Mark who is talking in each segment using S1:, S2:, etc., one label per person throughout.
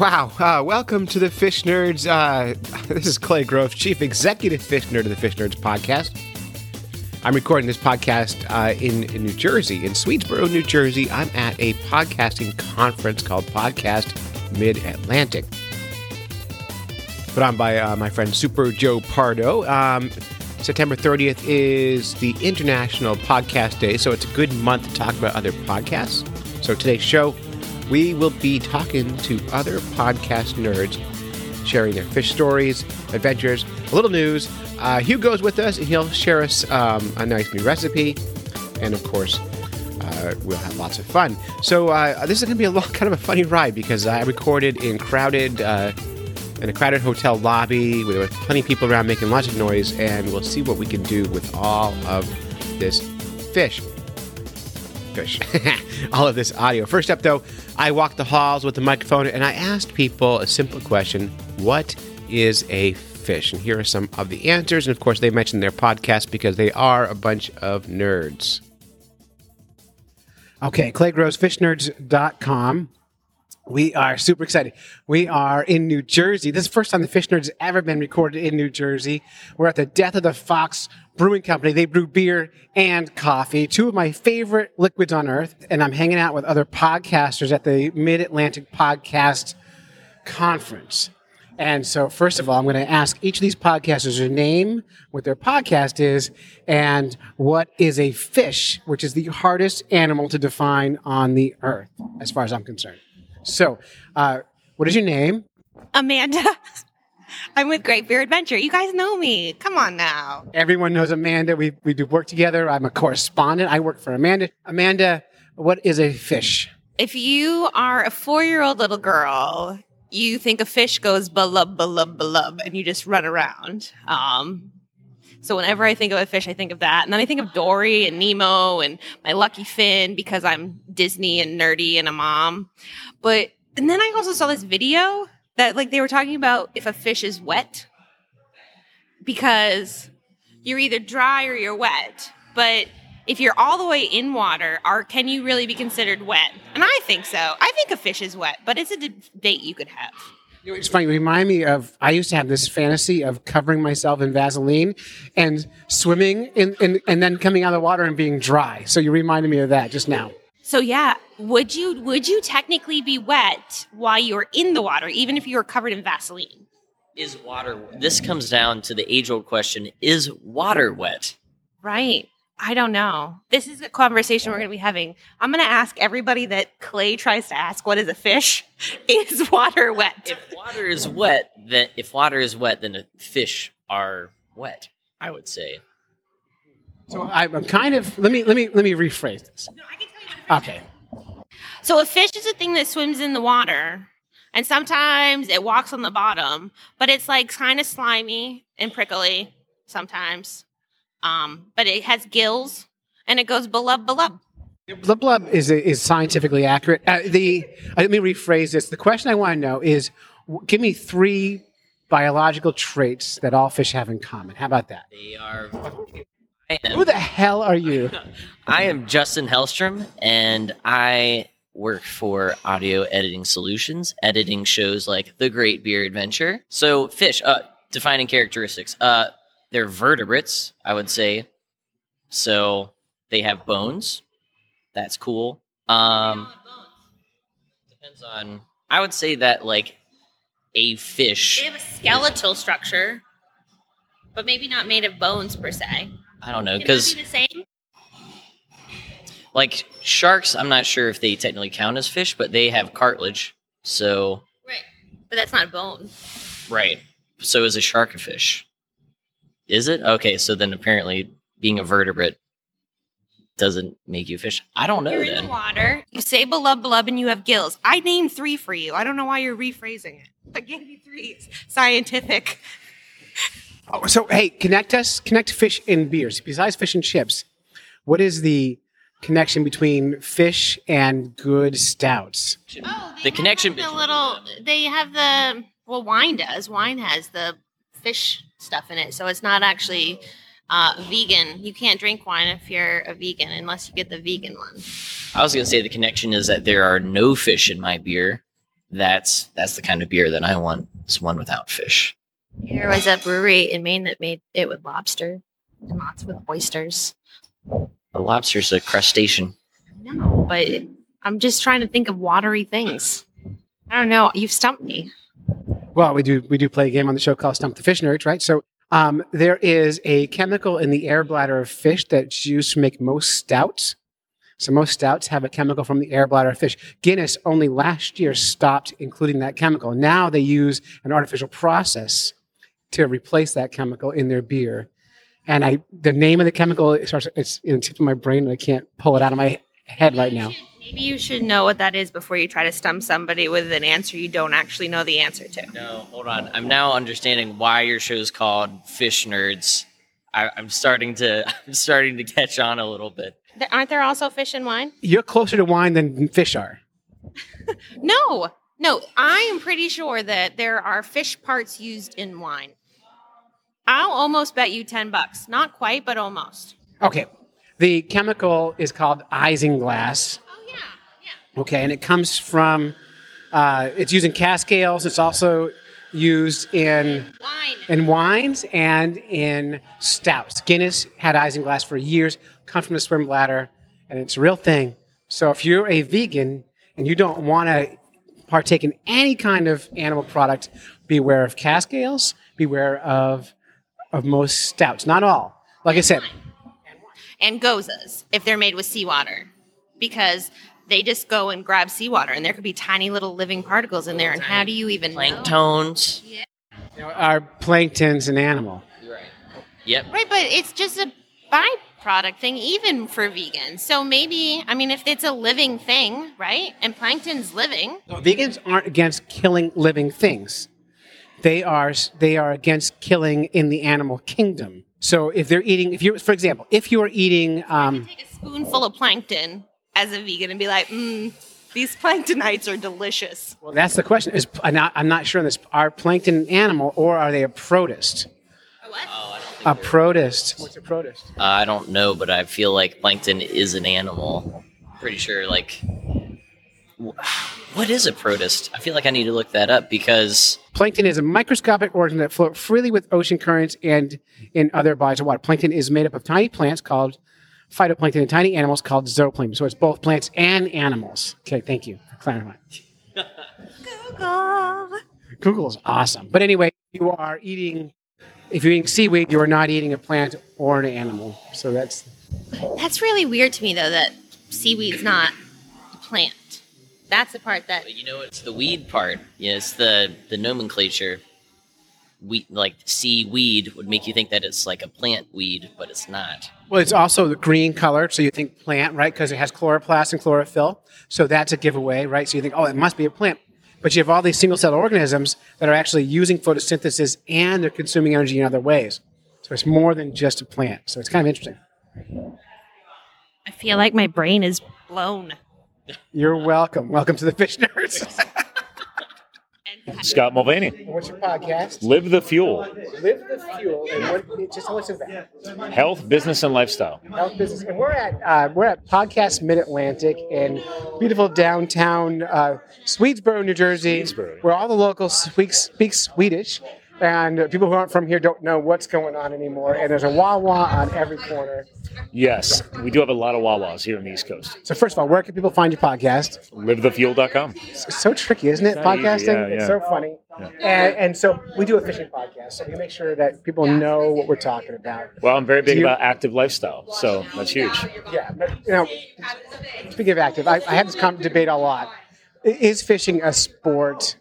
S1: uh, welcome to the Fish Nerds. Uh, this is Clay Grove, Chief Executive Fish Nerd of the Fish Nerds podcast. I'm recording this podcast uh, in, in New Jersey, in Swedesboro, New Jersey. I'm at a podcasting conference called Podcast Mid Atlantic. Put on by uh, my friend Super Joe Pardo. Um, September 30th is the International Podcast Day, so it's a good month to talk about other podcasts. So today's show, we will be talking to other podcast nerds, sharing their fish stories, adventures, a little news. Uh, Hugo's with us, and he'll share us um, a nice new recipe, and of course, uh, we'll have lots of fun. So uh, this is going to be a lo- kind of a funny ride because I recorded in crowded. Uh, in a crowded hotel lobby where there were plenty of people around making lots of noise, and we'll see what we can do with all of this fish. Fish. all of this audio. First up, though, I walked the halls with the microphone and I asked people a simple question What is a fish? And here are some of the answers. And of course, they mentioned their podcast because they are a bunch of nerds. Okay, claygrowsfishnerds.com. We are super excited. We are in New Jersey. This is the first time the Fish Nerds has ever been recorded in New Jersey. We're at the Death of the Fox Brewing Company. They brew beer and coffee, two of my favorite liquids on earth. And I'm hanging out with other podcasters at the Mid Atlantic Podcast Conference. And so, first of all, I'm going to ask each of these podcasters their name, what their podcast is, and what is a fish, which is the hardest animal to define on the earth, as far as I'm concerned. So, uh, what is your name?
S2: Amanda. I'm with Great Beer Adventure. You guys know me. Come on now.
S1: Everyone knows Amanda. We, we do work together. I'm a correspondent. I work for Amanda. Amanda, what is a fish?
S2: If you are a four year old little girl, you think a fish goes blub blub blub and you just run around. Um, so whenever I think of a fish, I think of that. And then I think of Dory and Nemo and my lucky Finn because I'm Disney and nerdy and a mom. But and then I also saw this video that like they were talking about if a fish is wet because you're either dry or you're wet. But if you're all the way in water, are can you really be considered wet? And I think so. I think a fish is wet, but it's a debate you could have.
S1: You know, It's funny. Remind me of I used to have this fantasy of covering myself in Vaseline and swimming in, in, and then coming out of the water and being dry. So you reminded me of that just now.
S2: So yeah, would you would you technically be wet while you're in the water, even if you were covered in Vaseline?
S3: Is water This comes down to the age old question is water wet?
S2: Right. I don't know. This is a conversation we're going to be having. I'm going to ask everybody that Clay tries to ask, "What is a fish? Is water wet?"
S3: If water is wet, then if water is wet, then fish are wet, I would say.
S1: So I'm I'm kind of let me let me let me rephrase this. Okay.
S2: So a fish is a thing that swims in the water, and sometimes it walks on the bottom, but it's like kind of slimy and prickly sometimes. Um, but it has gills and it goes blub blub.
S1: Blub blub is is scientifically accurate. Uh, the uh, let me rephrase this. The question I want to know is, w- give me three biological traits that all fish have in common. How about that?
S3: They are. I
S1: Who
S3: am,
S1: the hell are you?
S3: I am Justin Hellstrom, and I work for Audio Editing Solutions, editing shows like The Great Beer Adventure. So, fish, uh, defining characteristics. Uh, they're vertebrates, I would say. So, they have bones. That's cool. Um, depends on. I would say that, like, a fish.
S2: They have a skeletal structure, but maybe not made of bones per se.
S3: I don't
S2: Can that
S3: know, because.
S2: be the same.
S3: like sharks i'm not sure if they technically count as fish but they have cartilage so
S2: Right. But that's not a bone.
S3: right so is a shark a fish is it okay so then apparently being a vertebrate doesn't make you a fish i don't know
S2: You're in
S3: then
S2: the water. You say blub blub and you have gills. I named three for you. I don't know why you're rephrasing it. I gave you three. It's scientific.
S1: Oh, so hey, connect us. Connect fish and beers. Besides fish and chips, what is the connection between fish and good stouts?
S3: the connection
S2: The
S3: between
S2: little. They have the. Well, wine does. Wine has the fish stuff in it, so it's not actually uh, vegan. You can't drink wine if you're a vegan unless you get the vegan one.
S3: i was going to say the connection is that there are no fish in my beer That's that's the kind of beer that I want. It's one without fish.
S4: There was a brewery in Maine that made it with lobster and lots with oysters.
S3: A lobster's a crustacean.
S4: No, but it- I'm just trying to think of watery things. I don't know. You've stumped me.
S1: Well, we do we do play a game on the show called Stump the Fish Nerds, right? So um, there is a chemical in the air bladder of fish that's used to make most stouts. So most stouts have a chemical from the air bladder of fish. Guinness only last year stopped including that chemical. Now they use an artificial process to replace that chemical in their beer. And I, the name of the chemical, it starts, it's in the tip of my brain, and I can't pull it out of my head right now.
S2: Maybe you should know what that is before you try to stump somebody with an answer you don't actually know the answer to.
S3: No, hold on. I'm now understanding why your show's called Fish Nerds. I, I'm starting to I'm starting to catch on a little bit.
S2: Th- Aren't there also fish and wine?
S1: You're closer to wine than fish are.
S2: No, no. I am pretty sure that there are fish parts used in wine. I'll almost bet you 10 bucks. Not quite, but almost.
S1: Okay. The chemical is called isinglass.
S2: Oh, yeah. Yeah.
S1: Okay, and it comes from. Uh, it's used in cask scales. It's also used in
S2: Wine.
S1: in wines and in stouts. Guinness had isinglass for years. Comes from the swim bladder, and it's a real thing. So if you're a vegan and you don't want to partake in any kind of animal product, beware of cask ales. Beware of of most stouts. Not all. Like I said,
S2: And gozas, if they're made with seawater, because they just go and grab seawater, and there could be tiny little living particles in there. And how do you even know?
S3: Planktones.
S1: you know, our plankton's an animal.
S3: Yep.
S2: Right, but it's just a byproduct thing, even for vegans. So maybe, I mean, if it's a living thing, right? And plankton's living.
S1: No, vegans aren't against killing living things. They are they are against killing in the animal kingdom. So if they're eating, if you for example, if you are eating, um,
S2: Take a spoonful of plankton as a vegan and be like, mm, these planktonites are delicious.
S1: well, that's the question. Is I'm not, I'm not sure on this. Are plankton an animal or are they a protist? A protist. What's a protist?
S3: Uh, I don't know, but I feel like plankton is an animal. Pretty sure, like, wh- what is a protist? I feel like I need to look that up because
S1: Plankton is a microscopic organism that float freely with ocean currents and in other bodies of water. Plankton is made up of tiny plants called phytoplankton and tiny animals called zooplankton. So it's both plants and animals. Okay, thank you for clarifying.
S2: Google.
S1: Google is awesome. But anyway, you are eating. If you're eating seaweed, you are not eating a plant or an animal. So that's
S2: That's really weird to me, though, that seaweed's not a plant. That's the part that.
S3: but you know it's the weed part. Yeah, it's the the nomenclature. We like seaweed would make you think that it's like a plant weed, but it's not.
S1: well, it's also the green color. So you think plant, right? Because it has chloroplast and chlorophyll. So that's a giveaway, right? So you think, oh, it must be a plant. But you have all these single cell organisms that are actually using photosynthesis and they're consuming energy in other ways. So it's more than just a plant. So it's kind of interesting.
S2: I feel like my brain is blown.
S1: You're welcome. Welcome to the Fish Nerds.
S5: Scott Mulvaney.
S1: What's your podcast?
S5: Live the fuel.
S1: Live the fuel and what, just listen to that.
S5: Health, business, and lifestyle.
S1: health business. And we're at uh, we're at Podcast Mid Atlantic in beautiful downtown uh, Swedesboro, New Jersey,
S5: Swedesboro.
S1: where all the locals speak speak Swedish, and uh, people who aren't from here don't know what's going on anymore. And there's a Wawa on every corner.
S5: Yes, we do have a lot of Wawas here on the East Coast.
S1: So first of all, where can people find your podcast?
S5: Livethefuel.com.
S1: It's so tricky, isn't it?
S5: not easy,
S1: Podcasting,
S5: yeah,
S1: it's
S5: yeah.
S1: so funny. And, and so we do a fishing podcast, so we make sure that people know what we're talking about.
S5: Well, I'm very big
S1: Do you-
S5: about active lifestyle, so that's huge.
S1: Yeah, but you know, speaking of active, I, I have this com- debate a lot. I- Is fishing a sport?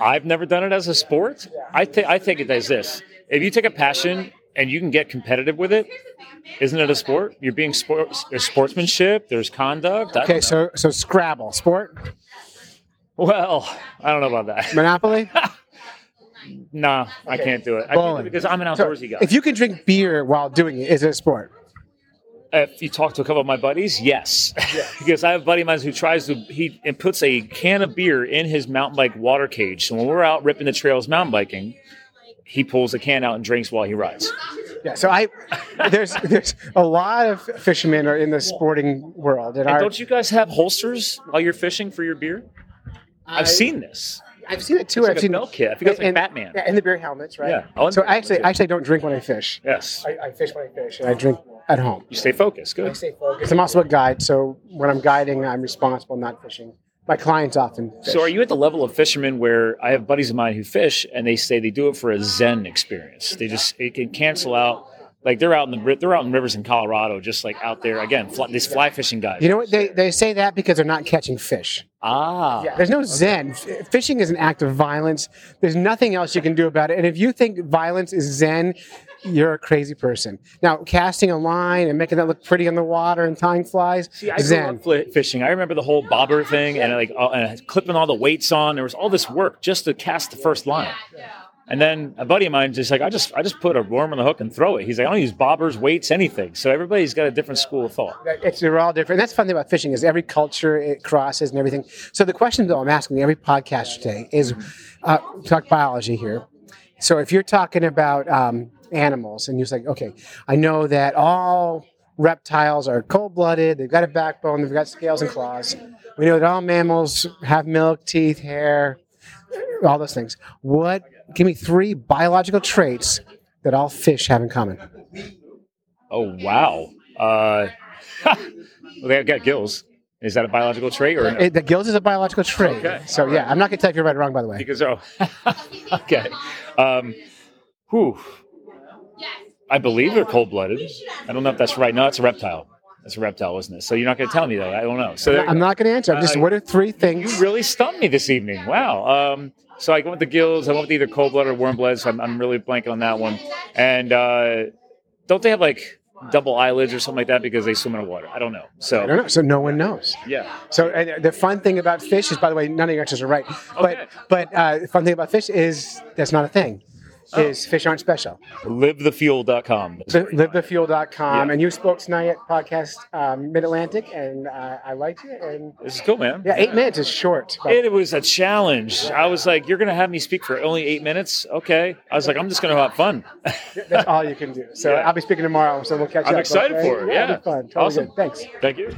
S5: I've never done it as a sport. I, th- I take it as this if you take a passion and you can get competitive with it, isn't it a sport? You're being sports. There's sportsmanship. There's conduct. I
S1: Okay,
S5: don't-
S1: so so Scrabble, sport,
S5: well, I don't know about that.
S1: Monopoly.
S5: Nah, I can't do it. I can't do
S1: Bowling.
S5: it because I'm an
S1: So
S5: outdoorsy guy.
S1: if you can drink beer while doing it, is it a sport?
S5: if you talk to a couple of my buddies, yes, because I have a buddy of mine who tries to he and puts a can of beer in his mountain bike water cage. So when we're out ripping the trails mountain biking, he pulls a can out and drinks while he rides.
S1: Yeah. So I there's there's a lot of fishermen are in the sporting world, and,
S5: And
S1: our,
S5: don't you guys have holsters while you're fishing for your beer? I've seen this.
S1: I've seen it too.
S5: It's
S1: I've
S5: like a
S1: seen
S5: bell kit. I think it's like
S1: and-
S5: Batman.
S1: Yeah, and the beer helmets, right?
S5: Yeah. Oh, and
S1: so
S5: beer
S1: I actually,
S5: helmets, yeah.
S1: I actually don't drink when I fish.
S5: Yes.
S1: I, I fish when I fish, and I drink at home.
S5: You stay focused.
S1: I
S5: Good.
S1: stay focused. I'm also a guide, so when I'm guiding, I'm responsible, not fishing. My clients often. Fish.
S5: So are you at the level of fishermen where I have buddies of mine who fish and they say they do it for a zen experience? They just it can cancel out like they're out in the ri- they're out in rivers in Colorado, just like out there again. Fly, these fly fishing guys.
S1: You know what they, they say that because they're not catching fish.
S5: ah,
S1: Yeah, there's no zen. F- Fishing is an act of violence. There's nothing else you can do about it. And if you think violence is zen, you're a crazy person. Now, casting a line and making that look pretty on the water and tying flies,
S5: See, I grew
S1: zen.
S5: up fli- fishing. I remember the whole bobber thing and like all, and clipping all the weights on. There was all this work just to cast the first line. And then a buddy of mine just like I just I just put a worm on the hook and throw it. He's like I don't use bobbers, weights, anything. So everybody's got a different school of thought.
S1: It's, they're all different. And that's the fun thing about fishing is every culture it crosses and everything. So the question though I'm asking every podcast today is, uh, talk biology here. So if you're talking about um, animals and you're like, okay, I know that all reptiles are cold-blooded. They've got a backbone. They've got scales and claws. We know that all mammals have milk, teeth, hair, all those things. What? Give me three biological traits that all fish have in common.
S5: Oh wow. Uh, well, they got gills. Is that a biological trait or no?
S1: It, the gills is a biological trait.
S5: Okay.
S1: So yeah, I'm not gonna tell if you're right or wrong. By the way,
S5: Because oh, okay. Um, whew. I believe they're cold blooded. I don't know if that's right. No, it's a reptile. That's a reptile, isn't it? So you're not going to tell me that. I don't know. So there,
S1: I'm not gonna answer. I'm just
S5: Uh,
S1: what are three
S5: you
S1: things?
S5: really stumped me this evening. Wow. Um, so I went with the gills. I went with either cold blooded or warm blooded. So I'm, I'm really blanking on that one. And uh, don't they have like double eyelids or something like that because they swim in water? I don't know.
S1: I don't
S5: So
S1: know. So no one knows.
S5: yeah.
S1: So and the fun thing about fish is, by the way, none of your answers are right.
S5: Okay.
S1: But but uh, the fun thing about fish is that's not a thing.
S5: Oh.
S1: Is fish aren't special.
S5: Livethefuel.com.
S1: Livethefuel.com,
S5: Yeah.
S1: and you spoke tonight at podcast um, Mid Atlantic, and uh, I liked it. And
S5: This is cool, man.
S1: yeah, eight minutes is short. but-
S5: It was a challenge. I was like, "You're gonna have me speak for only eight minutes? Okay." I was like, "I'm just gonna have fun."
S1: that's all you can do. So
S5: Yeah.
S1: I'll be speaking tomorrow. So we'll catch up.
S5: I'm excited
S1: okay?
S5: for it.
S1: it'll
S5: Yeah,
S1: be fun. Totally
S5: awesome.
S1: good. Thanks.
S5: Thank you.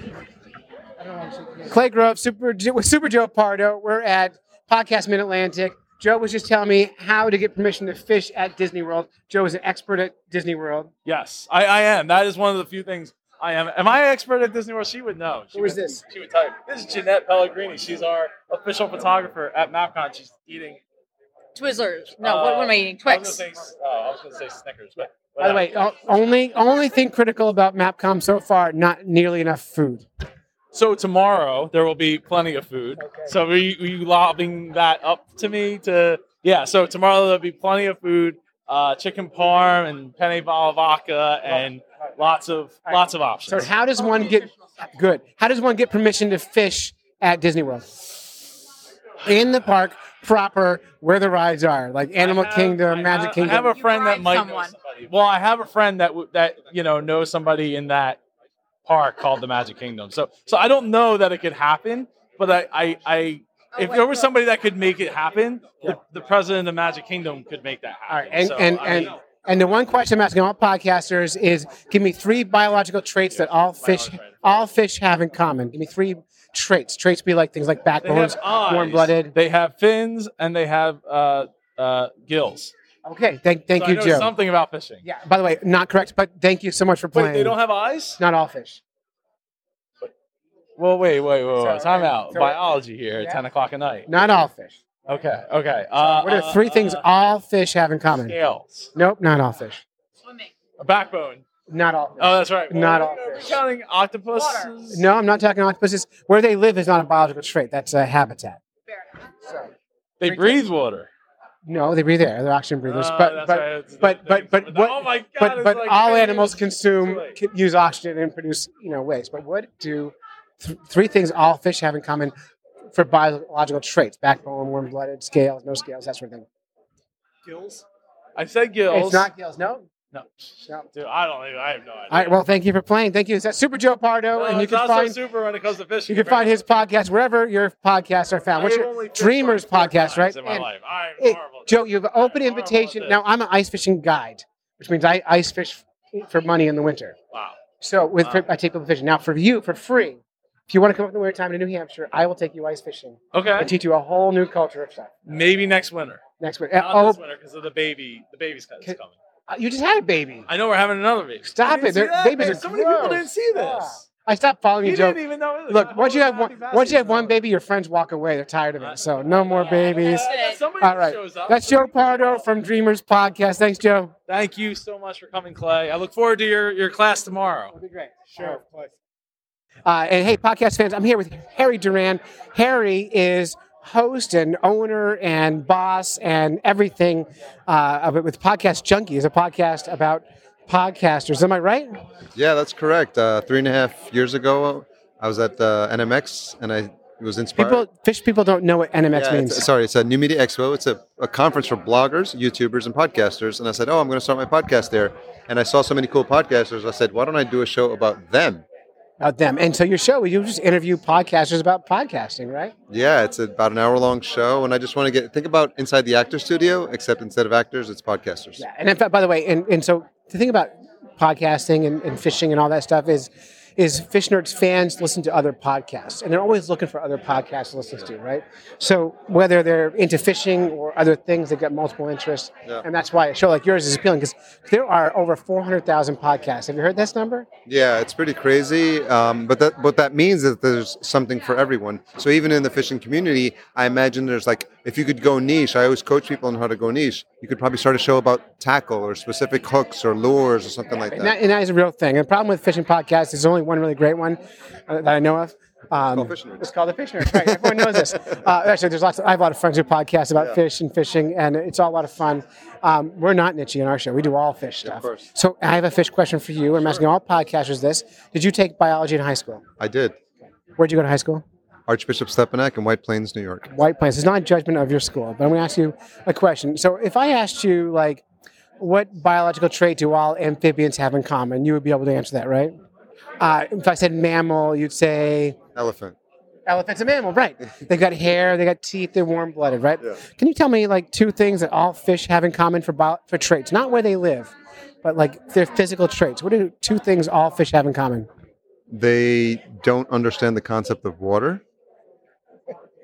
S1: Clay Grove, Super with Super Joe Pardo. We're at Podcast Mid Atlantic. Joe was just telling me how to get permission to fish at Disney World. Joe is an expert at Disney World.
S6: Yes, I, I am. That is one of the few things I am. Am I an expert at Disney World? She would know. She
S1: Who is
S6: would-
S1: this?
S6: She would tell you. This is Jeanette Pellegrini. She's our official photographer at MapCon. She's eating.
S7: Twizzlers. No, what, what am I eating?
S6: I
S7: Twix.
S6: was gonna say, s- oh, I was going to say Snickers, but
S1: By the way, oh. o- only only thing critical about MapCom so far, not nearly enough food.
S6: So tomorrow there will be plenty of food. So we we lobbing that up to me to yeah. So tomorrow there'll be plenty of food, uh, chicken parm and penne balavaca and lots of lots of
S1: So
S6: options.
S1: how does one get good? How does one get permission to fish at Disney World? In the park proper, where the rides are, like Animal
S6: I have-
S1: Kingdom,
S6: I have-
S1: Magic Kingdom.
S6: I have a
S7: You
S6: friend that
S7: bribe
S6: might
S7: someone.
S6: know somebody. Well, I have a friend that w- that you know knows somebody in that park called the Magic Kingdom. So so I don't know that it could happen, but I I, I if there was somebody that could make it happen, the, the president of Magic Kingdom could make that happen.
S1: All right, and
S6: So,
S1: and
S6: I
S1: and,
S6: mean,
S1: and the one question I'm asking all podcasters is: Give me three biological traits that all fish
S6: biological trait.
S1: all fish have in common. Give me three traits. Traits be like things like
S6: they have
S1: backbones,
S6: eyes,
S1: warm-blooded.
S6: They have fins and they have uh, uh, gills.
S1: Okay, thank thank
S6: So I
S1: you,
S6: know
S1: Joe.
S6: Something about fishing.
S1: yeah, by the way, not correct, but thank you so much for playing.
S6: Wait, they don't have eyes?
S1: Not all fish.
S6: Well, wait, wait, wait, wait.
S1: So-
S6: Time out.
S1: so-
S6: Biology here
S1: Yeah.
S6: at ten o'clock at night.
S1: Not all fish.
S6: Okay, okay. Uh,
S1: What are
S6: uh,
S1: three things
S6: uh,
S1: all fish have in common?
S6: Scales.
S1: Nope, not all fish.
S6: A backbone.
S1: Not all. Fish.
S6: Oh, that's right.
S1: Not all
S6: Are we
S1: fish.
S6: counting octopus?
S1: no, I'm not talking octopuses. Where they live is not a biological trait. That's a habitat. So,
S6: They breathe water.
S1: no, they breathe air. They're oxygen breathers.
S6: Oh,
S1: but
S6: that's
S1: but
S6: right, it's the
S1: but- but-
S6: thing.
S1: but what-
S6: Oh my god!
S1: but
S6: it's
S1: but
S6: like-
S1: all animals consume
S6: too late.
S1: can use oxygen and produce you know waste. But what do th- three things all fish have in common for biological traits? Backbone, warm-blooded, scales, no scales, that sort of thing.
S6: I said gills.
S1: It's not gills. No.
S6: No.
S1: No.
S6: Dude, I don't even. I have no idea.
S1: All right. Well, thank you for playing. Thank you. That's Super Joe Pardo,
S6: No,
S1: and you
S6: it's
S1: can
S6: not so
S1: find
S6: super when it comes to fishing.
S1: you can find his podcast wherever your podcasts are
S6: apparently.
S1: found. What's
S6: I've only
S1: your
S6: fished
S1: Dreamers
S6: like four
S1: podcast, right?
S6: times In my
S1: And-
S6: life. I'm
S1: Hey,
S6: horrible.
S1: Joe, you have an open
S6: Horrible at
S1: invitation.
S6: this.
S1: Now I'm an ice fishing guide, which means I ice fish for money in the winter.
S6: Wow.
S1: So with
S6: Wow.
S1: I take people fishing. Now for you, for free, If you want to come up in the wintertime to New Hampshire, I will take you ice fishing
S6: Okay.
S1: and teach you a whole new culture of stuff.
S6: Maybe next winter.
S1: Next winter.
S6: Not
S1: Oh,
S6: this winter because of the baby. The baby's coming.
S1: Can- you just had a baby.
S6: I know we're having another baby.
S1: Stop
S6: You didn't
S1: it.
S6: see
S1: They're-
S6: that?
S1: babies
S6: Man,
S1: are
S6: so many people
S1: gross.
S6: didn't see
S1: Yeah.
S6: this.
S1: I stopped following
S6: You
S1: you, Joe.
S6: didn't even know.
S1: Look, once you have one, once you have one
S6: baby.
S1: baby, your friends walk away. They're tired of it. So no more babies.
S6: Somebody
S1: All right.
S6: shows up.
S1: That's Joe Pardo from Dreamers Podcast. Thanks, Joe.
S6: Thank you so much for coming, Clay. I look forward to your, your class tomorrow.
S1: be great. Sure, of course. Uh, and hey, podcast fans, I'm here with Harry Duran. Harry is host and owner and boss and everything uh, of it with Podcast Junkie. is a podcast about podcasters. Am I right?
S8: Yeah, that's correct. Uh, three and a half years ago, I was at uh, NMX and I was inspired.
S1: People, fish people don't know what NMX
S8: Yeah,
S1: means.
S8: it's- uh, sorry, it's a New Media Expo. It's a, a conference for bloggers, YouTubers, and podcasters. And I said, oh, I'm going to start my podcast there. And I saw so many cool podcasters. I said, why don't I do a show about them?
S1: about them. And so your show, you just interview podcasters about podcasting, right?
S8: Yeah, it's about an hour long show. And I just want to get, think about inside the actor studio, except instead of actors, it's podcasters.
S1: Yeah. And in fact, by the way, and, and so the thing about podcasting and, and fishing and all that stuff is is Fish Nerds fans listen to other podcasts and they're always looking for other podcasts to listen to, right? So whether they're into fishing or other things, they've got multiple interests.
S8: Yeah.
S1: And that's why a show like yours is appealing because there are over 400,000 podcasts. Have you heard this number?
S8: Yeah, it's pretty crazy. Um, but that what that means is there's something for everyone. So even in the fishing community, I imagine there's like if you could go niche. I always coach people on how to go niche. You could probably start a show about tackle or specific hooks or lures or something like
S1: And
S8: that.
S1: that, and that is a real thing. And the problem with fishing podcasts is there's only one really great one uh, that I know of. Um,
S8: Fish Nerds.
S1: It's called the Fish Nerds. Right. Everyone knows this. Uh, actually, there's lots. Of, I have a lot of friends who podcast about
S8: Yeah.
S1: fish and fishing, and it's all a lot of fun. Um, we're not niche in our show. We do all fish
S8: Yeah,
S1: stuff.
S8: of course.
S1: So I have a fish question for you. I'm asking all podcasters this: Did you take biology in high school?
S8: I did.
S1: Where'd you go to high school?
S8: Archbishop Stepanak in White Plains, New York.
S1: White Plains. It's not a judgment of your school, but I'm going to ask you a question. So if I asked you like, what biological trait do all amphibians have in common? You would be able to answer that, right? Uh, if I said mammal, you'd say
S8: Elephant.
S1: elephant's a mammal, right? They got hair, they got teeth, they're warm-blooded, right?
S8: Yeah.
S1: Can you tell me like two things that all fish have in common for bio- for traits, not where they live, but like their physical traits? What are two things all fish have in common?
S8: They don't understand the concept of water.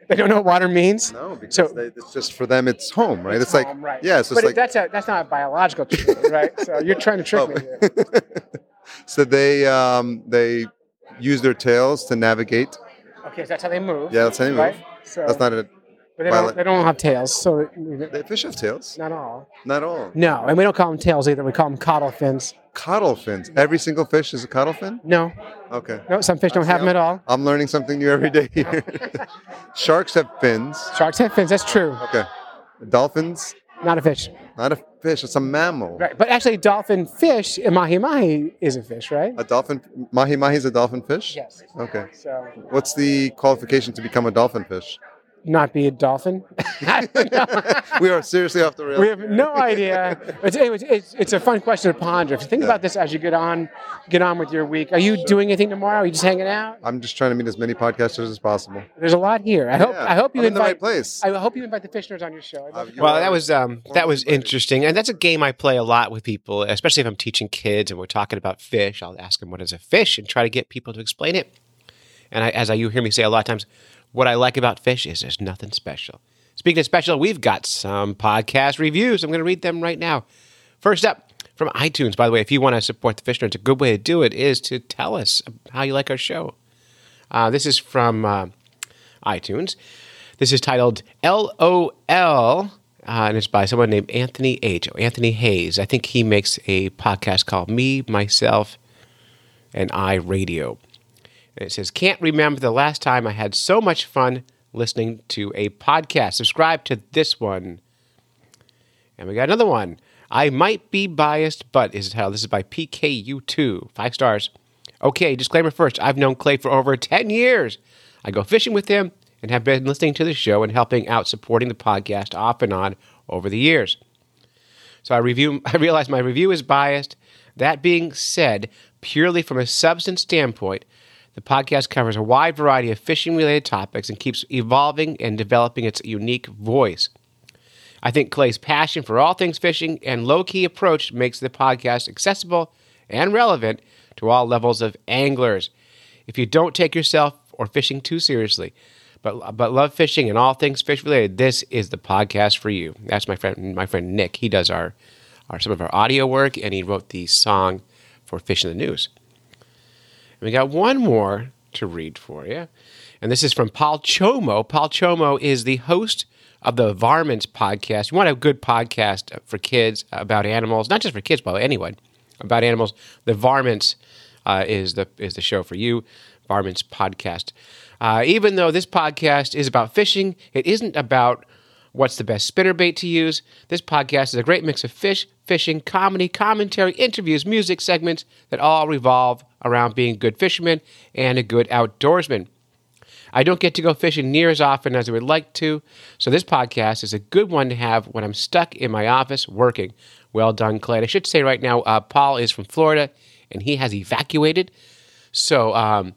S1: They don't know what water means.
S8: No, because
S1: So-
S8: they, it's just for them. It's home, right? It's, like
S1: Um, right.
S8: yeah, so
S1: but
S8: it's like
S1: that's a, that's not a biological trait, right? So you're trying to trick me. Here.
S8: Oh. so they um, they use their tails to navigate.
S1: Okay, so that's how they move.
S8: Yeah, that's how they move.
S1: Right? So,
S8: That's not a.
S1: but they
S8: violent.
S1: don't, they don't have tails, so it-
S8: They fish have tails.
S1: not all.
S8: Not all.
S1: No, and we don't call them tails either. We call them caudal fins.
S8: Caudal fins. Every single fish is a caudal fin.
S1: No,
S8: Okay.
S1: no, some fish don't have them at all.
S8: I'm learning something new every day here. Sharks have fins.
S1: Sharks have fins. That's true.
S8: Okay. Dolphins.
S1: Not a fish.
S8: Not a fish. It's a mammal.
S1: Right, but actually, dolphin fish in mahi mahi is a fish, right?
S8: A dolphin. Mahi mahi is a dolphin fish.
S1: Yes.
S8: Okay.
S1: So
S8: What's the qualification to become a dolphin fish?
S1: not be a dolphin. I don't know.
S8: we are seriously off the rails.
S1: We have
S8: here.
S1: no idea. It's, it was- it's, it's a fun question to ponder. If you think
S8: Yeah.
S1: about this as you get on, get on with your week. Are you doing anything tomorrow? Are you just hanging out?
S8: I'm just trying to meet as many podcasters as possible.
S1: There's a lot here. I hope.
S8: Yeah,
S1: I hope you
S8: I'm in the right
S1: invite.
S8: place.
S1: I hope you invite the Fishners on your show. I'd love
S8: Uh,
S1: to-
S8: you
S9: Well,
S8: are-
S9: that was um, that was
S8: Wonderful.
S9: interesting, and that's a game I play a lot with people, especially if I'm teaching kids and we're talking about fish. I'll ask them what is a fish and try to get people to explain it. And I, as I, you hear me say a lot of times, what I like about fish is there's nothing special. Speaking of special, we've got some podcast reviews. I'm going to read them right now. First up from iTunes, by the way, if you want to support the Fish Nerds, a good way to do it is to tell us how you like our show. Uh, this is from uh, iTunes. This is titled LOL, uh, and it's by someone named Anthony H. or Anthony Hayes. I think he makes a podcast called Me, Myself, and I Radio. And it says, Can't remember the last time I had so much fun listening to a podcast. Subscribe to this one. And we got another one. I might be biased, but is hell. This is by PKU2. Five stars. Okay, disclaimer first. I've known Clay for over 10 years. I go fishing with him and have been listening to the show and helping out supporting the podcast off and on over the years. So I review I realize my review is biased. That being said, purely from a substance standpoint, the podcast covers a wide variety of fishing related topics and keeps evolving and developing its unique voice. I think Clay's passion for all things fishing and low key approach makes the podcast accessible and relevant to all levels of anglers. If you don't take yourself
S1: or fishing too seriously, but but love fishing and all things fish related, this is the podcast for you. That's my friend my friend Nick. He does our, our some of our audio work, and he wrote the song for Fish in the News. And we got one more to read for you. And this is from Paul Chomo. Paul Chomo is the host of the Varmints podcast. You want a good podcast for kids about animals, not just for kids, but anyone about animals. The Varmints uh, is the is the show for you. Varmints podcast. Uh, even though this podcast is about fishing, it isn't about what's the best spinnerbait to use. This podcast is a great mix of fish, fishing, comedy, commentary, interviews, music, segments that all revolve around being good fishermen and a good outdoorsman. I don't get to go fishing near as often as I would like to, so this podcast is a good one to have when I'm stuck in my office working. Well done, Clay. I should say right now, uh, Paul is from Florida and he has evacuated. So um,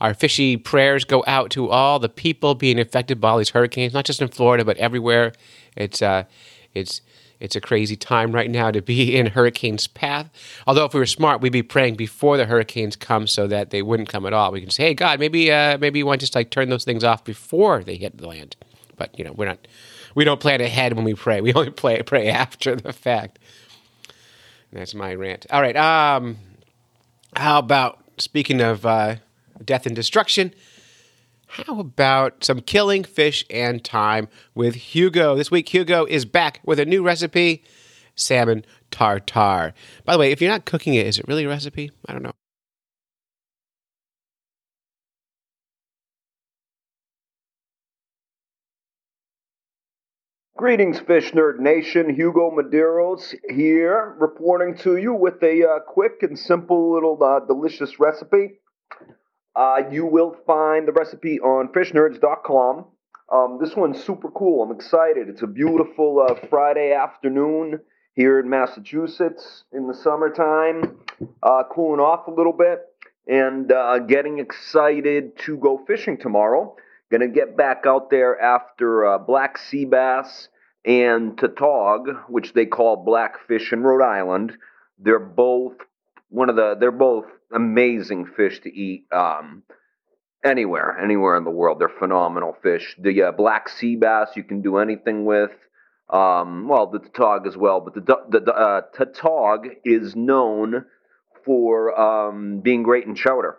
S1: our fishy prayers go out to all the people being affected by all these hurricanes, not just in Florida but everywhere. It's uh, it's it's a crazy time right now to be in hurricanes' path. Although if we were smart, we'd be praying before the hurricanes come so that they wouldn't come at all. We can say, "Hey God, maybe uh, maybe you want to just like turn those things off before they hit the land." But you know, we're not we don't plan ahead when we pray. We only play, pray after the fact. And that's my rant. All right. Um, how about speaking of uh, death and destruction? How about some killing fish and time with Hugo? This week, Hugo is back with a new recipe salmon tartare. By the way, if you're not cooking it, is it really a recipe? I don't know.
S10: Greetings, Fish Nerd Nation. Hugo Medeiros here, reporting to you with a uh, quick and simple little uh, delicious recipe. Uh, you will find the recipe on fishnerds.com. Um, this one's super cool. I'm excited. It's a beautiful uh, Friday afternoon here in Massachusetts in the summertime, uh, cooling off a little bit and uh, getting excited to go fishing tomorrow. Gonna get back out there after uh, black sea bass and tautog, which they call blackfish in Rhode Island. They're both one of the. They're both amazing fish to eat. Um, anywhere, anywhere in the world, they're phenomenal fish. The uh, black sea bass you can do anything with. Um, well, the tautog as well, but the du- the du- uh, tautog is known for um, being great in chowder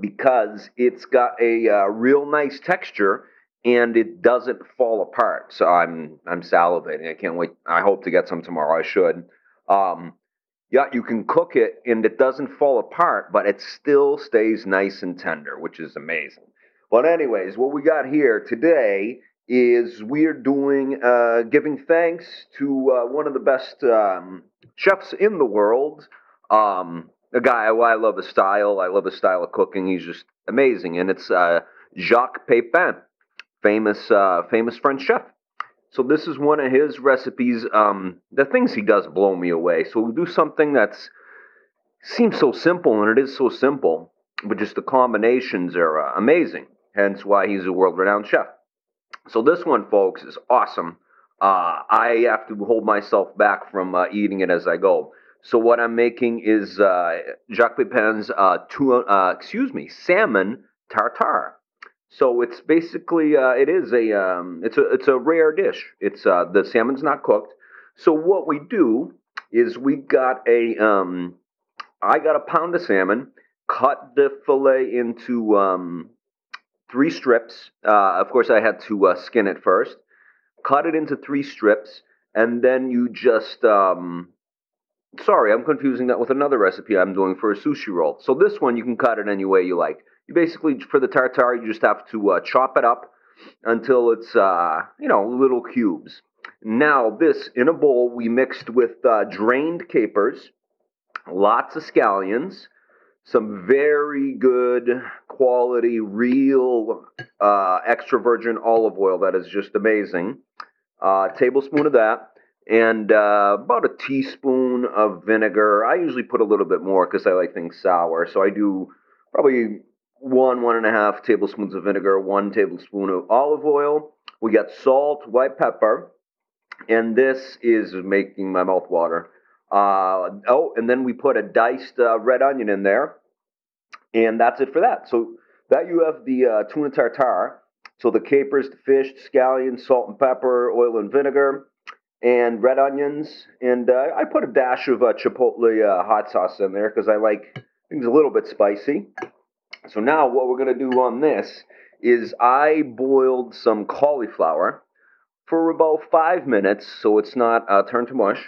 S10: because it's got a uh, real nice texture and it doesn't fall apart. So I'm I'm salivating. I can't wait. I hope to get some tomorrow. I should. Um, yeah, you can cook it and it doesn't fall apart, but it still stays nice and tender, which is amazing. But anyways, what we got here today is we're doing uh, giving thanks to uh, one of the best um, chefs in the world. Um, a guy who I love his style. I love his style of cooking. He's just amazing, and it's uh, Jacques Pepin, famous uh, famous French chef. So this is one of his recipes. Um, the things he does blow me away. So we do something that's seems so simple, and it is so simple, but just the combinations are uh, amazing. Hence why he's a world-renowned chef. So this one, folks, is awesome. Uh, I have to hold myself back from uh, eating it as I go. So what I'm making is uh, Jacques Pepin's uh, tu- uh, excuse me, salmon tartare. So it's basically uh, it is a um, it's a it's a rare dish. It's uh, the salmon's not cooked. So what we do is we got a um, I got a pound of salmon, cut the fillet into um, three strips. Uh, of course, I had to uh, skin it first, cut it into three strips, and then you just um, sorry, I'm confusing that with another recipe I'm doing for a sushi roll. So this one you can cut it any way you like. You basically for the tartare you just have to uh, chop it up until it's uh, you know little cubes. Now this in a bowl we mixed with uh, drained capers, lots of scallions, some very good quality real uh, extra virgin olive oil that is just amazing. Uh, tablespoon of that and uh, about a teaspoon of vinegar. I usually put a little bit more because I like things sour. So I do probably one, one and a half tablespoons of vinegar, one tablespoon of olive oil. We got salt, white pepper, and this is making my mouth water. Uh, oh, and then we put a diced uh, red onion in there, and that's it for that. So That you have the uh, tuna tartare. So the capers, the fish, the scallion, salt and pepper, oil and vinegar, and red onions. And uh, I put a dash of uh, chipotle uh, hot sauce in there because I like things a little bit spicy. So now what we're gonna do on this is I boiled some cauliflower for about five minutes, so it's not uh, turned to mush.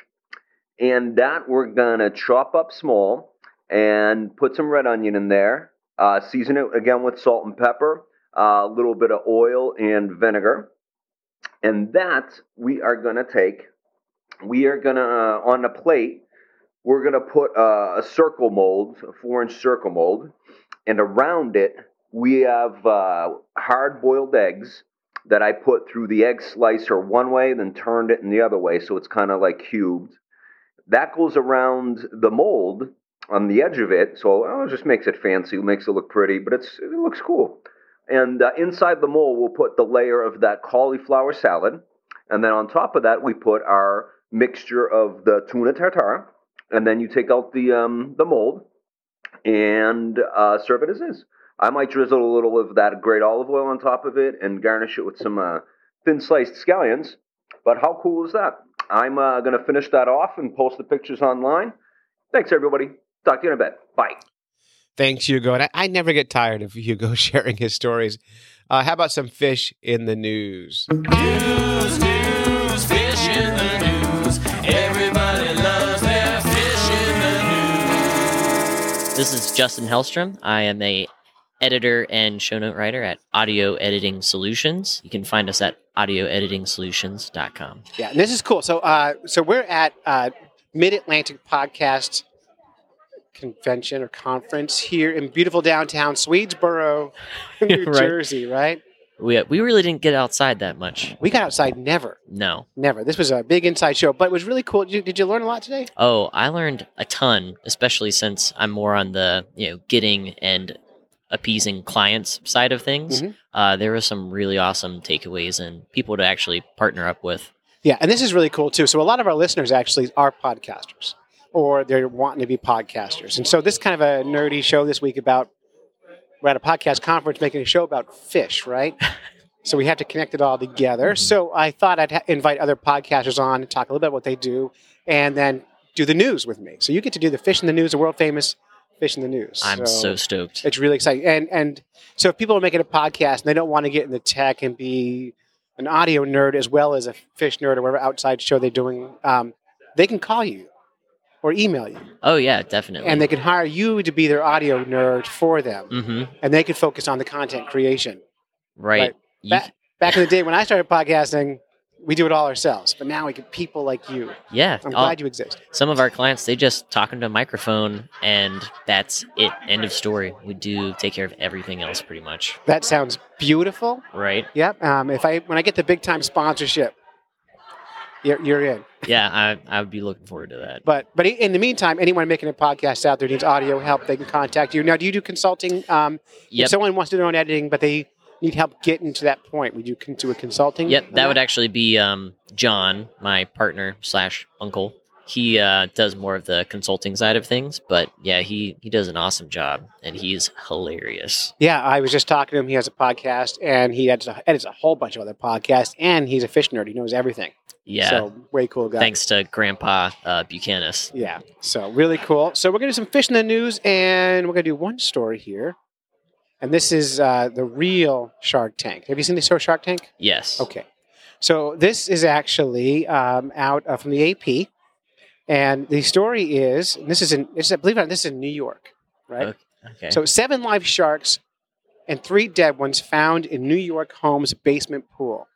S10: And that we're gonna chop up small and put some red onion in there. Uh, season it again with salt and pepper, a little bit of oil and vinegar, and that we are gonna take. We are gonna uh, on a plate. We're gonna put uh, a circle mold, a four-inch circle mold, and around it we have uh, hard-boiled eggs that I put through the egg slicer one way, then turned it in the other way, so it's kind of like cubed. That goes around the mold on the edge of it, so oh, it just makes it fancy, makes it look pretty, but it's it looks cool. And uh, inside the mold, we'll put the layer of that cauliflower salad, and then on top of that, we put our mixture of the tuna tartare, and then you take out the um, the mold and uh, serve it as is. I might drizzle a little of that great olive oil on top of it and garnish it with some uh, thin sliced scallions. But how cool is that? I'm uh, going to finish that off and post the pictures online. Thanks, everybody. Talk to you in a bit. Bye.
S9: Thanks, Hugo. And I, I never get tired of Hugo sharing his stories. Uh, how about some fish in the news?
S11: News, news, fish in the news. Everybody loves their fish in the news.
S3: This is Justin Hellstrom. I am a editor and show note writer at Audio Editing Solutions. You can find us at audioeditingsolutions.com.
S1: Yeah, and this is cool. So, uh, so we're at uh, Mid Atlantic Podcast Convention or Conference here in beautiful downtown Swedesboro, New
S3: Right.
S1: Jersey. Right?
S3: We we really didn't get outside that much.
S1: We got outside never,
S3: No.
S1: never. This was a big inside show, but it was really cool. Did you, did you learn a lot today?
S3: Oh, I learned a ton, especially since I'm more on the you know getting and appeasing clients side of things.
S1: Mhm.
S3: Uh, there were some really awesome takeaways and people to actually partner up with.
S1: Yeah, and this is really cool too. So a lot of our listeners actually are podcasters, or they're wanting to be podcasters. And so this kind of a nerdy show this week about we're at a podcast conference making a show about fish, right? so we have to connect it all together. So I thought I'd ha- invite other podcasters on to talk a little bit about what they do, and then do the news with me. So you get to do the fish in the news, the world famous fish in the news.
S3: I'm so stoked.
S1: It's really exciting. And and so if people are making a podcast and they don't want to get in the tech and be an audio nerd as well as a fish nerd or whatever outside show they're doing, um, they can call you or email you,
S3: Oh yeah, definitely.
S1: and they can hire you to be their audio nerd for them,
S3: mm-hmm.
S1: and they can focus on the content creation.
S3: Right. You-
S1: Back, back in the day when I started podcasting, we do it all ourselves, but now we get people like you.
S3: yeah.
S1: I'm
S3: all-
S1: glad you exist.
S3: some of our clients they just talk into a microphone and that's it. End of story. We do take care of everything else pretty much.
S1: That sounds beautiful.
S3: Right.
S1: Yep. Um, if I when I get the big time sponsorship, you're, you're in.
S3: Yeah. I I would be looking forward to that.
S1: But but in the meantime, anyone making a podcast out there needs audio help, they can contact you. Now, do you do consulting? Um,
S3: Yep.
S1: If someone wants to do their own editing, but they need help getting to that point, would you can do a consulting?
S3: Yep, that would actually be um, John, my partner slash uncle. He uh, does more of the consulting side of things, but yeah, he he does an awesome job, and he's hilarious.
S1: Yeah, I was just talking to him. He has a podcast, and he edits a, edits a whole bunch of other podcasts, and he's a fish nerd. He knows everything.
S3: Yeah,
S1: So way cool guy.
S3: thanks to Grandpa uh, Buchanan.
S1: Yeah. So really cool. So we're gonna do some fish in the news, and we're gonna do one story here, and this is uh, the real Shark Tank. Have you seen the show Shark Tank?
S3: Yes.
S1: Okay. So this is actually um, out uh, from the AP, and the story is and this is in this is, believe it or not, this is in New York, right?
S3: Okay.
S1: So seven live sharks and three dead ones found in New York home's basement pool.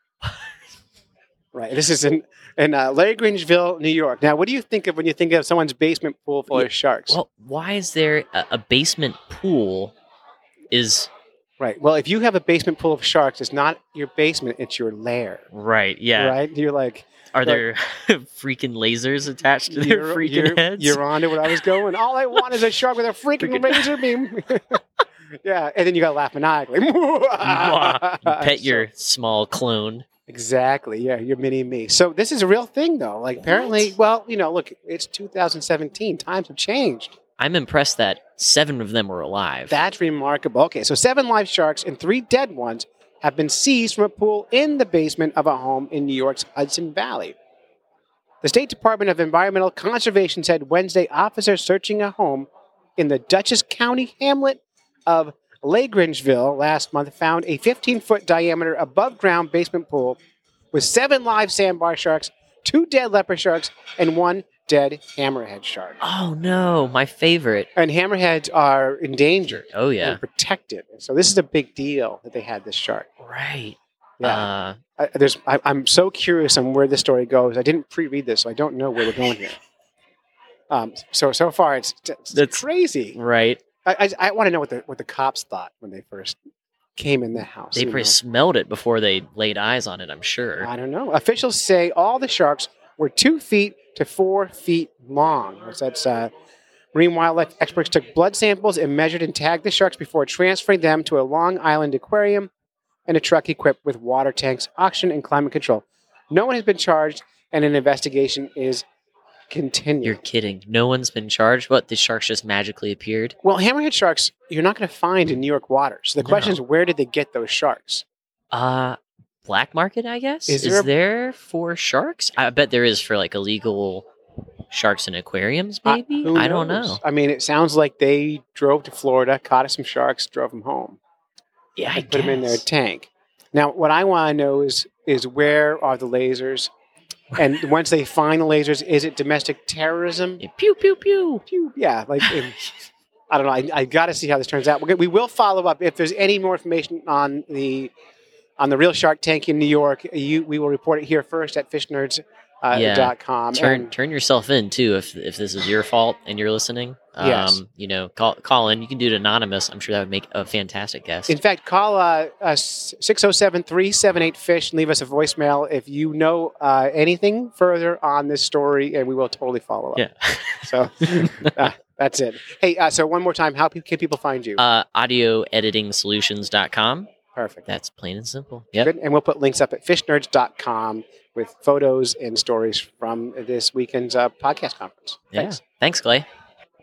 S1: right. This is in in uh, Larry Grangeville, New York. Now, what do you think of when you think of someone's basement pool full
S3: Yeah,
S1: of sharks?
S3: well, why is there a, a basement pool? Is
S1: right. Well, if you have a basement pool of sharks, it's not your basement; it's your lair.
S3: right. Yeah.
S1: Right. You're like.
S3: Are there freaking lasers attached to their freaking
S1: you're,
S3: heads?
S1: You're onto what I was going. All I want is a shark with a freaking razor beam. yeah, and then you got to laugh maniacally.
S3: Mwah. You pet your small clone.
S1: exactly. Yeah, your mini me. So this is a real thing, though. Like apparently, well, you know, look, it's 2017. Times have changed.
S3: I'm impressed that seven of them were alive.
S1: That's remarkable. Okay, so seven live sharks and three dead ones have been seized from a pool in the basement of a home in New York's Hudson Valley. The State Department of Environmental Conservation said Wednesday officers searching a home in the Dutchess County hamlet of Lagrangeville last month found a 15 foot diameter above ground basement pool with seven live sandbar sharks, two dead leopard sharks, and one dead hammerhead shark.
S3: Oh no, my favorite.
S1: And hammerheads are endangered.
S3: Oh yeah.
S1: and protected. So this is a big deal that they had this shark.
S3: Right.
S1: Yeah.
S3: Uh,
S1: I, there's, I, I'm so curious on where this story goes. I didn't pre-read this, so I don't know where we're going here. Um, so so far, it's, it's
S3: That's-
S1: crazy.
S3: right.
S1: I, I, I want to know what the what the cops thought when they first came in the house.
S3: They
S1: you know.
S3: probably smelled it before they laid eyes on it, I'm sure.
S1: I don't know. Officials say all the sharks were two feet to four feet long. That's- That's uh, marine wildlife experts took blood samples and measured and tagged the sharks before transferring them to a Long Island aquarium and a truck equipped with water tanks, oxygen, and climate control. No one has been charged, and an investigation is continuing.
S3: You're kidding. No one's been charged. What? The sharks just magically appeared?
S1: well, hammerhead sharks you're not going to find in New York waters. So the question is, where did they get those sharks?
S3: Uh, black market, I guess?
S1: Is there a-
S3: there for sharks? I bet there is for like illegal sharks in aquariums,
S1: I-
S3: maybe?
S1: who
S3: I don't
S1: knows?
S3: know.
S1: I mean, it sounds like they drove to Florida, caught some sharks, drove them home.
S3: Yeah, I
S1: and put them in their
S3: guess.
S1: tank. Now, what I want to know is is where are the lasers? And once they find the lasers, is it domestic terrorism?
S3: Pew, pew, pew.
S1: Pew, Yeah, like um, I don't know. I, I got to see how this turns out. We're gonna- We will follow up if there's any more information on the on the real Shark Tank in New York. You, we will report it here first at fishnerds. Uh,
S3: Yeah.
S1: dot com.
S3: Turn
S1: And-
S3: turn yourself in too if if this is your fault and you're listening. Um,
S1: Yes.
S3: you know, call call in. You can do it anonymous. I'm sure that would make a fantastic guest.
S1: In fact, call uh, us 607 378 FISH and leave us a voicemail if you know uh, anything further on this story, and we will totally follow up.
S3: Yeah.
S1: So uh, that's it. Hey, uh, so one more time, how pe- can people find you?
S3: uh audioeditingsolutions.com.
S1: Perfect.
S3: That's plain and simple. Yep.
S1: Good. And we'll put links up at fishnerds.com with photos and stories from this weekend's uh, podcast conference.
S3: Yeah.
S1: Thanks.
S3: Thanks, Clay.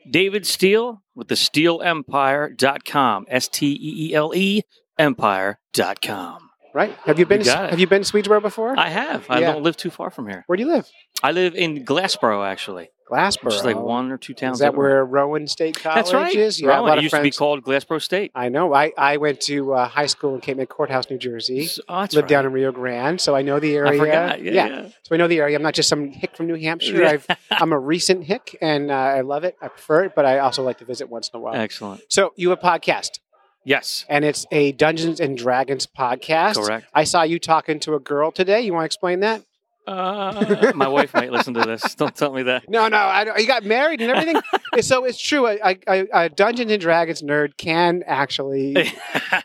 S12: David Steele with the steelempire.com. S T E E L E empire.com.
S1: Right? Have you been
S12: You got it.
S1: Have you been to Swedesboro before?
S12: I have. I
S1: Yeah.
S12: don't live too far from here.
S1: Where do you live?
S12: I live in Glassboro, actually.
S1: Glassboro.
S12: Which is like one or two towns.
S1: Is that
S12: over.
S1: where Rowan State College
S12: That's right.
S1: is? Yeah, a
S12: Rowan.
S1: lot
S12: it
S1: of
S12: used to be
S1: friends.
S12: called Glassboro State.
S1: I know. I, I went to uh, high school in Cape May Courthouse, New Jersey.
S12: Oh, that's
S1: lived down in Rio Grande, so I know the area.
S12: forgot. Yeah, yeah.
S1: So I know the area. I'm not just some hick from New Hampshire.
S12: Yeah.
S1: I've, I'm a recent hick, and uh, I love it. I prefer it, but I also like to visit once in a while.
S12: Excellent.
S1: So you have a podcast,
S12: Yes.
S1: and it's a Dungeons and Dragons podcast.
S12: Correct.
S1: I saw you talking to a girl today. You want to explain that?
S12: Uh, my wife might listen to this. Don't tell me that.
S1: No, no. I don't, you got married and everything. so it's true. A, a, a Dungeons and Dragons nerd can actually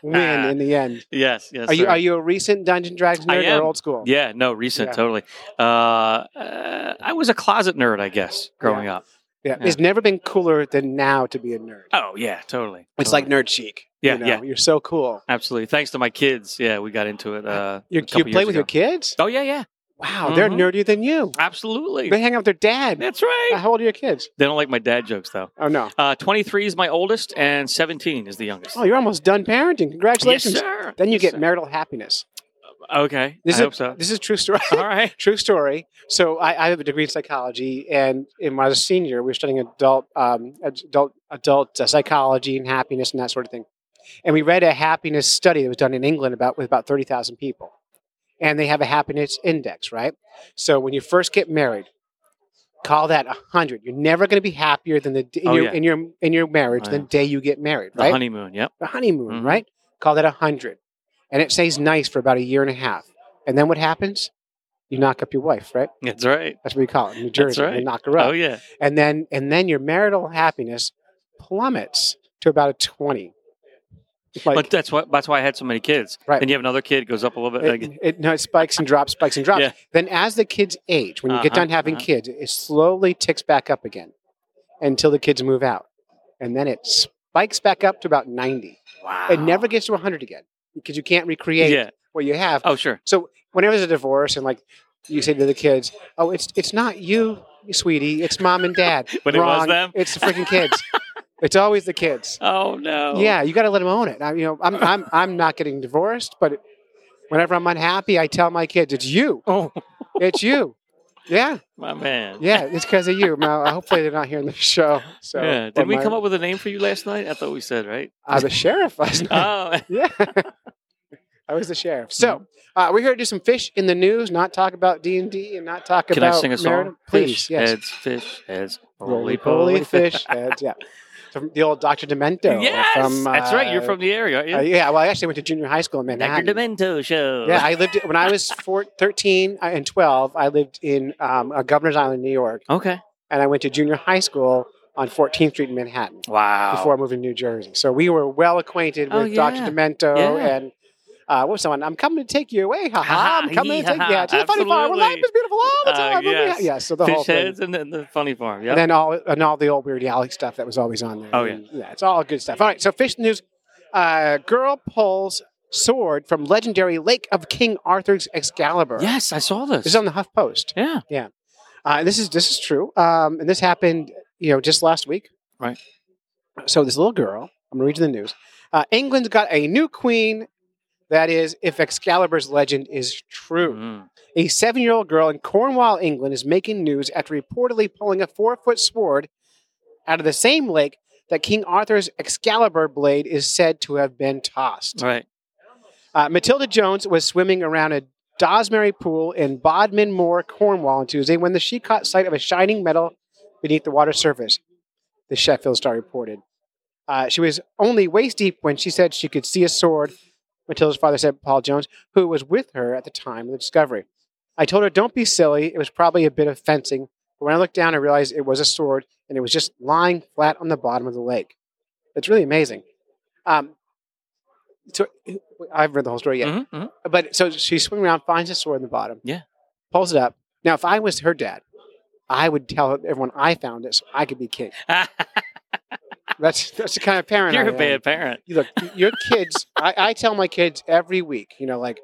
S1: win in the end.
S12: Yes, yes.
S1: are you
S12: sir.
S1: are you a recent Dungeons and Dragons
S12: I
S1: nerd
S12: am.
S1: or old school?
S12: Yeah, no, recent,
S1: Yeah.
S12: totally. Uh, uh, I was a closet nerd, I guess, growing up.
S1: Yeah, it's never been cooler than now to be a nerd.
S12: Oh yeah, totally.
S1: It's
S12: totally.
S1: like nerd chic.
S12: Yeah,
S1: you know?
S12: yeah.
S1: You're so cool.
S12: absolutely. Thanks to my kids, yeah, we got into it. Uh,
S1: You're,
S12: a
S1: you
S12: couple
S1: play
S12: years
S1: with
S12: ago.
S1: your kids?
S12: Oh yeah, yeah,
S1: Wow, they're
S12: Mhm.
S1: nerdier than you.
S12: absolutely.
S1: They hang out with their dad.
S12: That's right.
S1: Uh, How old are your kids?
S12: They don't like my dad jokes though.
S1: Oh no.
S12: Uh, Twenty three is my oldest, and seventeen is the youngest.
S1: Oh, you're almost done parenting. Congratulations.
S12: Yes, sir.
S1: Then you
S12: Yes,
S1: get
S12: sir.
S1: marital happiness.
S12: Okay,
S1: This
S12: I
S1: is
S12: hope so.
S1: this is true story.
S12: All right.
S1: true story. So I, I have a degree in psychology, and in, when I was a senior, we were studying adult um, ad- adult adult uh, psychology and happiness and that sort of thing. And we read a happiness study that was done in England about with about thirty thousand people, and they have a happiness index, right? So when you first get married, call that hundred. You're never going to be happier than the d- in,
S12: Oh,
S1: your,
S12: yeah.
S1: in your in your marriage
S12: Oh,
S1: than
S12: yeah.
S1: the day you get married,
S12: The
S1: right?
S12: honeymoon. Yep.
S1: the honeymoon,
S12: Mm-hmm.
S1: right? Call that a hundred, and it stays nice for about a year and a half, and then what happens? You knock up your wife, right?
S12: That's right.
S1: That's what we call it, in New
S12: That's
S1: Jersey. You
S12: right.
S1: knock her up,
S12: Oh yeah.
S1: and then and then your marital happiness plummets to about a twenty. It's Like,
S12: but that's why that's why I had so many kids.
S1: Right.
S12: Then you have another kid goes up a little bit.
S1: it,
S12: like-
S1: it- no, it spikes and drops, spikes and drops.
S12: Yeah.
S1: Then, as the kids age, when you get
S12: Uh-huh,
S1: done having
S12: uh-huh.
S1: kids, it slowly ticks back up again until the kids move out, and then it spikes back up to about ninety.
S12: wow.
S1: It never gets to hundred again because you can't recreate
S12: Yeah.
S1: what you have.
S12: Oh sure.
S1: So whenever there's a divorce and like you say to the kids, "Oh, it's it's not you, sweetie. It's mom and dad.
S12: But it was
S1: Wrong.
S12: them?
S1: It's the freaking kids. it's always the kids.
S12: Oh no.
S1: Yeah, you got to let them own it. I, you know, I'm I'm I'm not getting divorced, but it, whenever I'm unhappy, I tell my kids, "It's you.
S12: Oh,
S1: it's you." Yeah,
S12: my man.
S1: yeah, it's because of you. Now, hopefully, they're not hearing the show. So,
S12: yeah. Did we come up with a name for you last night? I thought we said right.
S1: Uh, the sheriff last night.
S12: Oh,
S1: yeah. I was the sheriff. So
S12: Mm-hmm.
S1: uh, we're here to do some fish in the news, not talk about D and D, and not talk
S12: Can I
S1: about
S12: sing a song?
S1: Meredith. Please,
S12: Fish
S1: yes.
S12: Heads, fish heads,
S1: Roly
S12: roly
S1: poly
S12: poly
S1: fish heads. Yeah, from the old Doctor Demento. uh,
S12: Yes,
S1: from,
S12: that's right. You're
S1: uh,
S12: from the area, aren't you?
S1: uh, yeah, well, I actually went to junior high school in Manhattan.
S12: Dr. Demento show.
S1: Yeah, I lived when I was four, 13 and 12. I lived in um, uh, Governor's Island, New York.
S12: Okay.
S1: And I went to junior high school on 14th Street in Manhattan
S12: Wow.
S1: before moving to New Jersey. So we were well acquainted
S12: Oh,
S1: with
S12: yeah.
S1: Dr. Demento
S12: Yeah.
S1: and uh, what was someone? I'm coming to take you away. Ha ha.
S12: Ha-ha,
S1: I'm coming to take you.
S12: hee-ha-ha,
S1: Yeah, to the funny farm where life
S12: absolutely.
S1: is beautiful all the time. Oh,
S12: yes.
S1: yeah. Yeah, so the
S12: fish
S1: whole thing.
S12: heads and then the funny farm. Yeah.
S1: And then all and all the old Weird Al stuff that was always on there.
S12: Oh, yeah.
S1: And, yeah, it's all good stuff. All right, so fish news: uh, girl pulls sword from legendary Lake of King Arthur's Excalibur.
S12: Yes, I saw this.
S1: This is on the Huff Post.
S12: Yeah,
S1: yeah. Uh, this is this is true, um, and this happened, you know, just last week.
S12: Right.
S1: So this little girl, I'm gonna read you the news. Uh, England's got a new queen. That is, if Excalibur's legend is true. A seven year old girl in Cornwall, England is making news after reportedly pulling a four foot sword out of the same lake that King Arthur's Excalibur blade is said to have been tossed.
S12: Right.
S1: Uh, Matilda Jones was swimming around a Dosmary pool in Bodmin Moor, Cornwall on Tuesday when the, she caught sight of a shining metal beneath the water surface, the Sheffield Star reported. Uh, she was only waist deep when she said she could see a sword, Matilda's father said, Paul Jones, who was with her at the time of the discovery. I told her, don't be silly. It was probably a bit of fencing. But when I looked down, I realized it was a sword and it was just lying flat on the bottom of the lake. It's really amazing. Um, so I haven't read the whole story yet. But so she swings around, finds a sword in the bottom.
S12: Mm-hmm, Yeah.
S1: Pulls it up. Now, if I was her dad, I would tell everyone I found it so I could be king. that's that's the kind of parent
S12: You're
S1: I
S12: a
S1: am.
S12: bad parent.
S1: You look, your kids. I, I tell my kids every week. You know, like,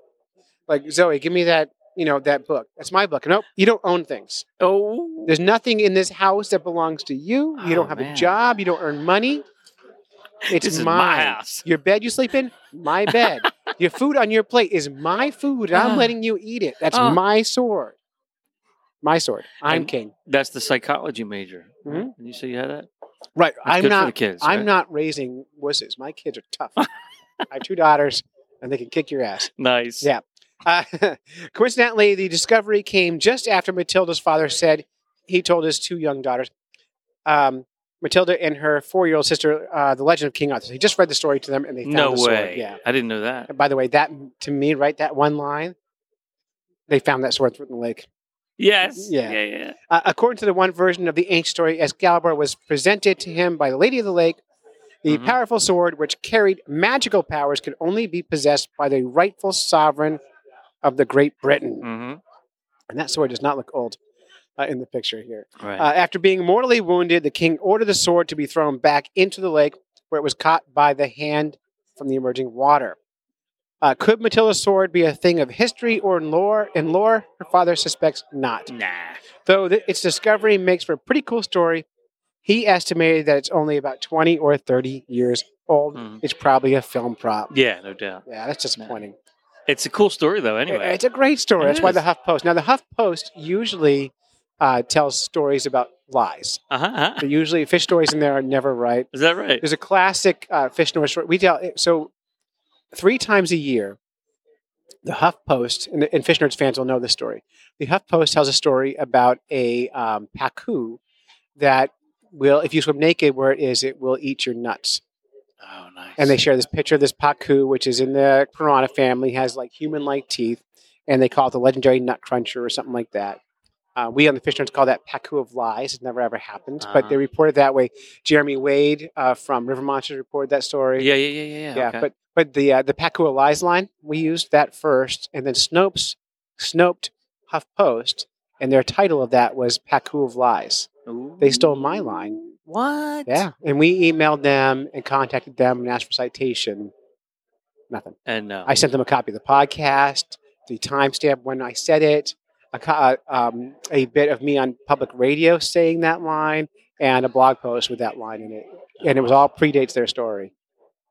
S1: like Zoe, give me that. You know that book. That's my book. Nope, you don't own things.
S12: Oh,
S1: There's nothing in this house that belongs to you. You don't have a job. You don't earn money. It's
S12: This is my
S1: mine.
S12: house.
S1: Your bed you sleep in, my bed. your food on your plate is my food. I'm
S12: Ah.
S1: letting you eat it. That's
S12: Ah.
S1: my sword. My sword. I'm
S12: And
S1: king.
S12: That's the psychology major.
S1: Mhm.
S12: And you say you had that?
S1: Right.
S12: That's
S1: I'm
S12: good for
S1: not.
S12: the kids,
S1: I'm
S12: right?
S1: not raising wusses. My kids are tough. I have two daughters, and they can kick your ass.
S12: Nice.
S1: Yeah. Uh, coincidentally, the discovery came just after Matilda's father said he told his two young daughters, um, Matilda and her four-year-old sister, uh, the legend of King Arthur. He just read the story to them, and they found
S12: No
S1: the
S12: way.
S1: sword. Yeah.
S12: I didn't know that.
S1: And by the way, that to me, right, that one line, they found that sword in the lake.
S12: Yes.
S1: Yeah.
S12: Yeah. yeah.
S1: Uh, according to the one version of the ancient story, Excalibur was presented to him by the Lady of the Lake. The powerful sword, which carried magical powers, could only be possessed by the rightful sovereign of the Great Britain. And that sword does not look old uh, in the picture here.
S12: Right.
S1: Uh, after being mortally wounded, the king ordered the sword to be thrown back into the lake, where it was caught by the hand from the emerging water. Uh, could Matilda's sword be a thing of history or in lore? In lore, her father suspects not.
S12: Nah.
S1: Though th- its discovery makes for a pretty cool story, he estimated that it's only about 20 or 30 years old.
S12: Hmm.
S1: It's probably a film prop.
S12: Yeah, no doubt.
S1: Yeah, that's disappointing.
S12: It's a cool story, though, anyway.
S1: It's a great story.
S12: It
S1: That's why the
S12: is.
S1: Huff Post. Now, the Huff Post usually uh, tells stories about lies.
S12: Uh-huh, uh-huh.
S1: But usually, fish stories in there are never right.
S12: Is that right?
S1: There's a classic uh, fish story. story. We tell so three times a year. The Huff Post and, and Fish Nerds fans will know this story. The Huff Post tells a story about a um, pacu that will, if you swim naked where it is, it will eat your nuts. Oh, nice! And they share this picture of this pacu, which is in the piranha family, has like human-like teeth, and they call it the legendary nut cruncher or something like that. Uh, we on the Fish Nerds call that Paku of Lies. It never ever happened, but they
S12: Ah.
S1: reported that way. Jeremy Wade uh, from River Monsters reported that story.
S12: Yeah, yeah, yeah, yeah, yeah. okay.
S1: but but the uh, the Paku of Lies line we used that first, and then Snopes Snoped Huff Post, and their title of that was Paku of Lies. They stole my line.
S12: What?
S1: Yeah, and we emailed them and contacted them and asked for citation. Nothing.
S12: And uh, no.
S1: I sent them a copy of the podcast, the timestamp when I said it, a, co- um, a bit of me on public radio saying that line and a blog post with that line in it, and it was all predates their story,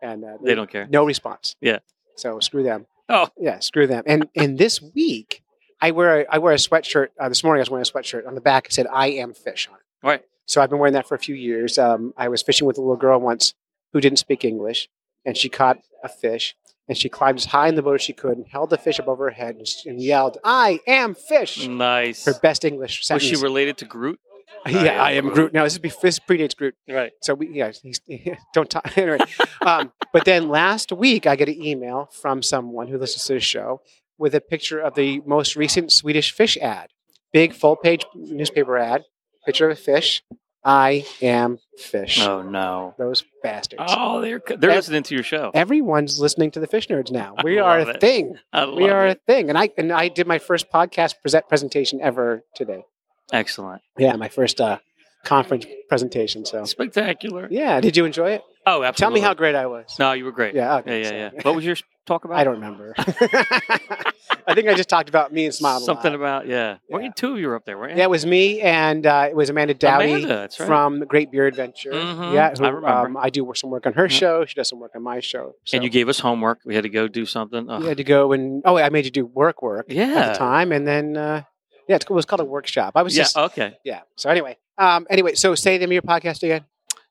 S1: and uh,
S12: They don't care.
S1: No response.
S12: Yeah.
S1: So screw them.
S12: Oh.
S1: Yeah, screw them. And and this week, I wear a, I wear a sweatshirt. Uh, this morning, I was wearing a sweatshirt. On the back, it said "I am fish" on it.
S12: Right.
S1: So I've been wearing that for a few years. Um, I was fishing with a little girl once who didn't speak English, and she caught a fish, and she climbed as high in the boat as she could and held the fish above her head and, s- and yelled, "I am fish."
S12: Nice.
S1: Her best English
S12: Was
S1: sentence.
S12: she related to Groot?
S1: Yeah, I am Groot. Now this is before, this predates Groot.
S12: Right.
S1: So we yeah, he's, don't talk anyway. um, but then last week I get an email from someone who listens to the show with a picture of the most recent Swedish fish ad, big full page newspaper ad, picture of a fish. I am fish.
S12: Oh no.
S1: Those bastards.
S12: Oh, they're they're
S1: Ev-
S12: listening to your show.
S1: Everyone's listening to the fish nerds now. We
S12: I
S1: are
S12: love
S1: a
S12: it.
S1: thing.
S12: I
S1: We
S12: love
S1: are
S12: it.
S1: a thing. And I and I did my first podcast present presentation ever today.
S12: Excellent.
S1: Yeah, my first uh, conference presentation. So
S12: Spectacular.
S1: yeah, did you enjoy it?
S12: Oh, absolutely.
S1: Tell me how great I was.
S12: No, you were great.
S1: Yeah,
S12: yeah,
S1: okay,
S12: yeah,
S1: so-
S12: yeah. What was your talk about?
S1: I don't remember. I think I just talked about me and Smile.
S12: Something about yeah. Were you two of you were up there? Weren't you?
S1: Yeah, it was me and uh, it was Amanda Dowdy
S12: Amanda, that's right.
S1: from The Great Beer Adventure.
S12: Mhm,
S1: Yeah, who,
S12: I remember.
S1: Um, I do work- some work on her show. She does some work on my show. So
S12: And you gave us homework. We had to go do something. Ugh.
S1: you had to go and oh, I made you do work work at
S12: Yeah.
S1: the time, and then uh, yeah, it's- it was called a workshop. I was
S12: yeah. oh.
S1: just
S12: okay.
S1: yeah. So anyway, um, anyway, so say the name of your podcast again.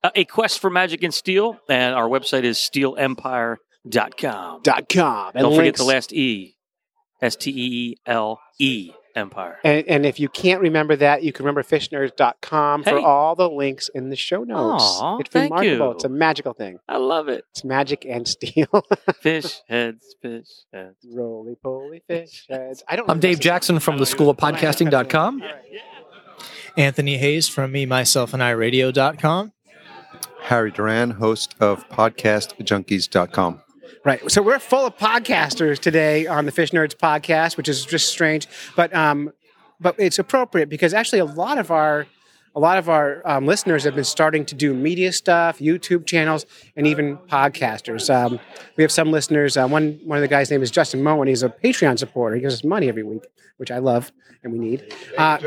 S12: Uh, a quest for magic and steel, and our website is steelempire.com.
S1: Dot com. And
S12: Don't forget
S1: links-
S12: the last E, S T E E L E Empire.
S1: And, and if you can't remember that, you can remember fishnerds.com for
S12: Hey.
S1: all the links in the show notes.
S12: Aw,
S1: it's
S12: thank
S1: remarkable.
S12: you.
S1: It's a magical thing.
S12: I love it.
S1: It's magic and steel.
S12: Fish heads, fish heads.
S1: Roly poly fish heads. I don't
S13: I'm Dave Jackson from the School of Podcasting.com. Anthony Hayes from me, myself, and I radio.com.
S8: Harry Duran, host of PodcastJunkies.com.
S1: Right. So we're full of podcasters today on the Fish Nerds podcast, which is just strange, but um, but it's appropriate because actually a lot of our a lot of our um, listeners have been starting to do media stuff, YouTube channels, and even podcasters. Um, we have some listeners. Uh, one one of the guys' name is Justin Moen. He's a Patreon supporter. He gives us money every week, which I love and we need. Uh,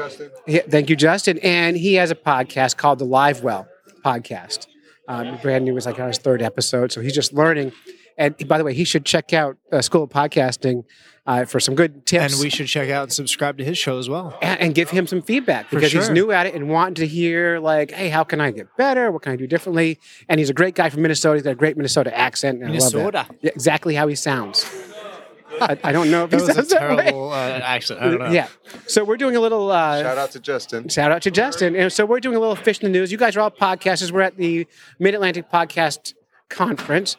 S1: yeah, thank you, Justin. And he has a podcast called the Live Well Podcast. Um, brand new, it's like on his third episode, so he's just learning. And by the way, he should check out uh, School of Podcasting uh, for some good tips.
S13: And we should check out and subscribe to his show as well.
S1: and, and give him some feedback
S13: For
S1: because he's
S13: sure.
S1: new at it and wanting to hear like, hey, how can I get better? What can I do differently? And he's a great guy from Minnesota. He's got a great Minnesota accent. And I
S13: Minnesota.
S1: love that. Yeah, exactly how he sounds. I, I don't know if
S13: That
S1: he
S13: was a
S1: sounds that way.
S13: terrible uh, accent. I don't know.
S1: Yeah. So we're doing a little uh,
S8: Shout out to Justin.
S1: Shout out to Justin. And so we're doing a little fish in the news. You guys are all podcasters. We're at the Mid Atlantic Podcast Conference,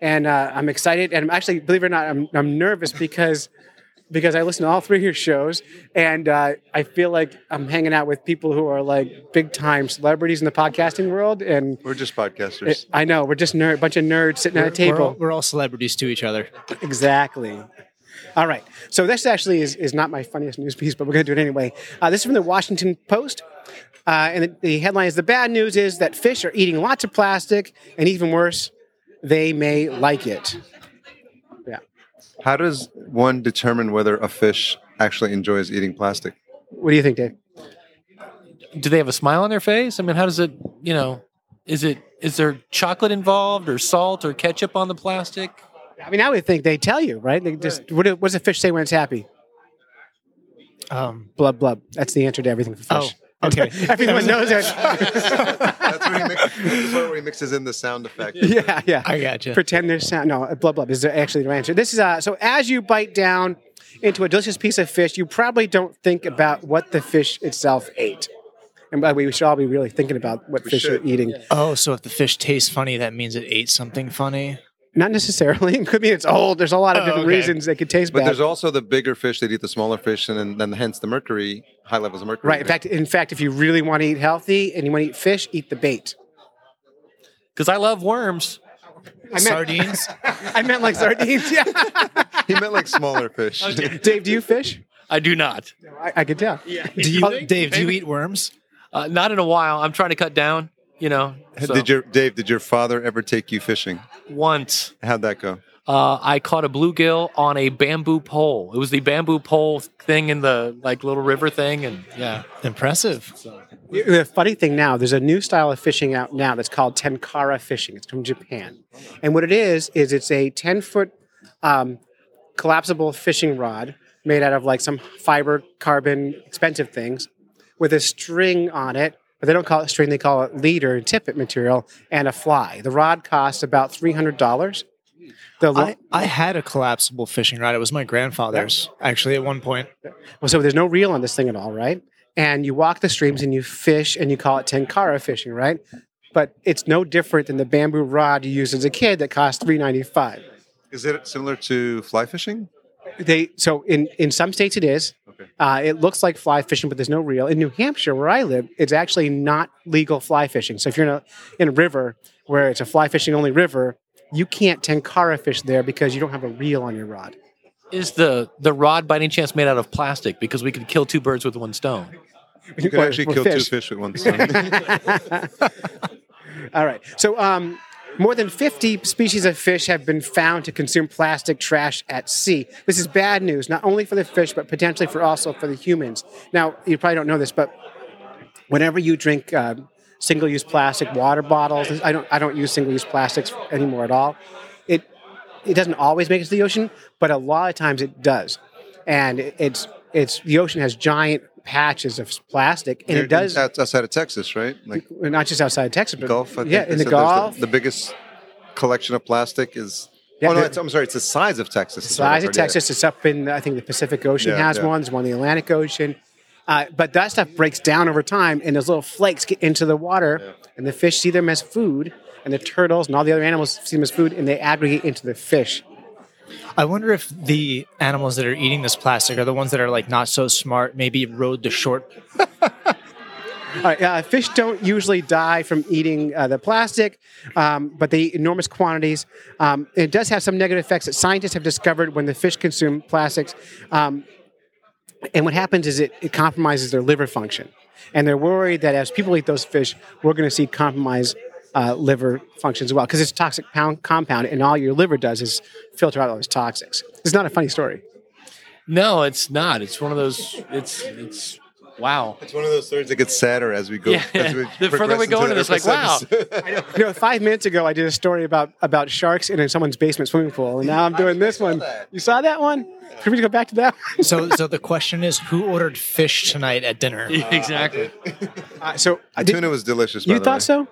S1: and uh, I'm excited. And I'm actually, believe it or not, I'm, I'm nervous because because I listen to all three of your shows, and uh, I feel like I'm hanging out with people who are like big time celebrities in the podcasting world. And
S8: We're just podcasters.
S1: it- I know we're just nerd, bunch of nerds sitting at a
S13: We're, we're all,
S1: table.
S13: we're all celebrities to each other.
S1: Exactly. All right. So this actually is, is not my funniest news piece, but we're going to do it anyway. Uh, this is from the Washington Post. Uh, and the, the headline is The bad news is that fish are eating lots of plastic, and even worse, they may like it. Yeah.
S8: How does one determine whether a fish actually enjoys eating plastic?
S1: What do you think, Dave?
S14: do they have a smile on their face? I mean, how does it, you know, is it is there chocolate involved or salt or ketchup on the plastic?
S1: I mean, I would think they tell you, right? They just what, do- what does a fish say when it's happy?
S13: Um,
S1: blub blub. That's the answer to everything for fish.
S13: Oh, okay.
S1: Everyone knows that.
S8: That's where he, mix, that's where he mixes in the sound effect.
S1: yeah, yeah.
S13: I gotcha.
S1: Pretend there's sound. No, uh, blub blub is actually the answer. This is uh, so as you bite down into a delicious piece of fish, you probably don't think about what the fish itself ate. And by the way, we should all be really thinking about what fish
S13: should,
S1: you're eating.
S13: Oh, so if the fish tastes funny, that means it ate something funny.
S1: Not necessarily. It could mean it's old. There's a lot of
S13: Oh,
S1: different
S13: okay.
S1: reasons they could taste
S8: But
S1: bad.
S8: there's also the bigger fish that eat the smaller fish, and then- then hence the mercury, high levels of mercury.
S1: right. In fact, in fact, if you really want to eat healthy and you want to eat fish, eat the bait.
S14: Because I love worms.
S1: meant- I meant like sardines. Yeah.
S8: he meant like smaller fish.
S1: Dave, do you fish?
S14: I do not.
S1: I, I could tell. Yeah.
S14: Do you,
S13: Dave, do you eat worms?
S14: Uh, not in a while. I'm trying to cut down. You know, so.
S8: Did your Dave? Did your father ever take you fishing?
S14: once
S8: How'd that go?
S14: uh, I caught a bluegill on a bamboo pole. It was the bamboo pole thing in the like little river thing, and yeah,
S13: Impressive.
S1: The funny thing now, there's a new style of fishing out now that's called tenkara fishing. It's from Japan, and what it is is it's a ten foot um, collapsible fishing rod made out of like some fiber, carbon, expensive things, with a string on it. But they don't call it string; they call it lead or tippet material and a fly. The rod costs about three hundred dollars. The lo-
S13: I, I had a collapsible fishing rod. It was my grandfather's, actually, at one point.
S1: Well, so there's no reel on this thing at all, right? And you walk the streams and you fish and you call it tenkara fishing, right? But it's no different than the bamboo rod you used as a kid that cost three ninety five.
S8: Is it similar to fly fishing?
S1: They so in in some states it is. Uh, it looks like fly fishing, but there's no reel. In New Hampshire, where I live, it's actually not legal fly fishing. So if you're in a in a river where it's a fly fishing only river, you can't tenkara fish there because you don't have a reel on your rod.
S14: is the the rod by any chance made out of plastic? Because we could kill two birds with one stone.
S8: You could
S1: Or-
S8: actually
S1: or
S8: kill
S1: fish.
S8: two fish with one stone.
S1: All right. So, um, more than 50 species of fish have been found to consume plastic trash at sea. This is bad news, not only for the fish, but potentially for also for the humans. Now, you probably don't know this, but whenever you drink uh, single-use plastic water bottles, I don't, I don't use single-use plastics anymore at all. It, it doesn't always make it to the ocean, but a lot of times it does, and it- it's, it's the ocean has giant patches of plastic, and
S8: Here
S1: it
S8: in-
S1: does
S8: outs- outside of Texas, right? Like
S1: not just outside of Texas, but
S8: Gulf. I
S1: yeah,
S8: think
S1: in
S8: they
S1: the
S8: said there's
S1: Gulf,
S8: the, biggest collection of plastic is.
S1: Yeah,
S8: oh no,
S1: the-
S8: it's, I'm sorry. It's the size of Texas.
S1: the
S8: is what I
S1: size of
S8: heard, yeah.
S1: Texas. It's up in I think the Pacific Ocean
S8: Yeah,
S1: has
S8: yeah.
S1: one. There's one in the Atlantic Ocean, uh, but that stuff breaks down over time, and those little flakes get into the water, and the fish see them as food, and the turtles and all the other animals see them as food, and they aggregate into the fish.
S13: I wonder if the animals that are eating this plastic are the ones that are like not so smart, maybe rode the short.
S1: All right, uh, fish don't usually die from eating uh, the plastic, um, but they eat enormous quantities. Um, it does have some negative effects that scientists have discovered when the fish consume plastics. Um, and what happens is it, it compromises their liver function. And they're worried that as people eat those fish, we're going to see compromised uh, liver function as well, because it's a toxic pound, compound, and all your liver does is filter out all those toxics. It's not a funny story.
S14: No, it's not. It's one of those. It's it's wow.
S8: It's one of those stories that gets sadder as we go.
S14: Yeah.
S8: as we
S14: The further
S8: progress
S14: we go into this, like
S8: every
S14: wow.
S8: episode.
S1: you know, five minutes ago I did a story about about sharks in someone's basement swimming pool, and now I'm doing this one. You saw that one? Can we go back to that? One?
S13: So, so the question is, who ordered fish tonight at dinner?
S14: exactly.
S1: Uh, so
S8: The tuna was delicious. By
S1: you
S8: the
S1: thought
S8: way.
S1: so?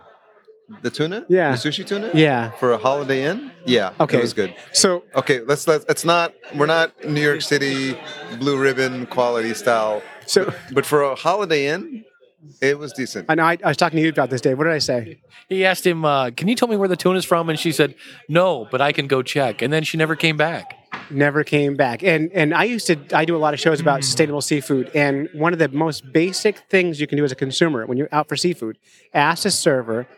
S8: The tuna?
S1: Yeah.
S8: The sushi tuna?
S1: Yeah.
S8: For a Holiday Inn? Yeah.
S1: Okay.
S8: It was good.
S1: So
S8: okay, let's let's. It's not. We're not New York City blue ribbon quality style.
S1: So,
S8: but for a Holiday Inn, it was decent.
S1: I know. I, I was talking to you about this, Dave. What did I say?
S14: He asked him, uh, "Can you tell me where the tuna's from?" And she said, "No, but I can go check." And then she never came back.
S1: Never came back. And and I used to. I do a lot of shows
S13: Hmm.
S1: about sustainable seafood, and one of the most basic things you can do as a consumer when you're out for seafood, ask the server,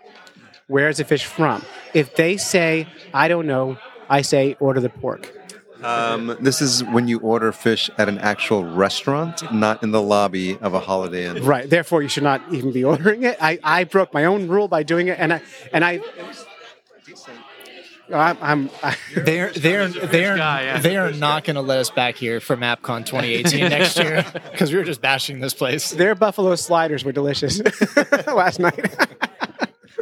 S1: "Where's the fish from?" If they say, "I don't know," I say, "Order the pork."
S8: Um, this is when you order fish at an actual restaurant, not in the lobby of a Holiday Inn.
S1: Right. Therefore, you should not even be ordering it. I, I broke my own rule by doing it, and I and I. I'm. I'm I,
S13: They're they're they're they are not going to let us back here for MapCon 2018 next year because we were just bashing this place.
S1: their buffalo sliders were delicious last night.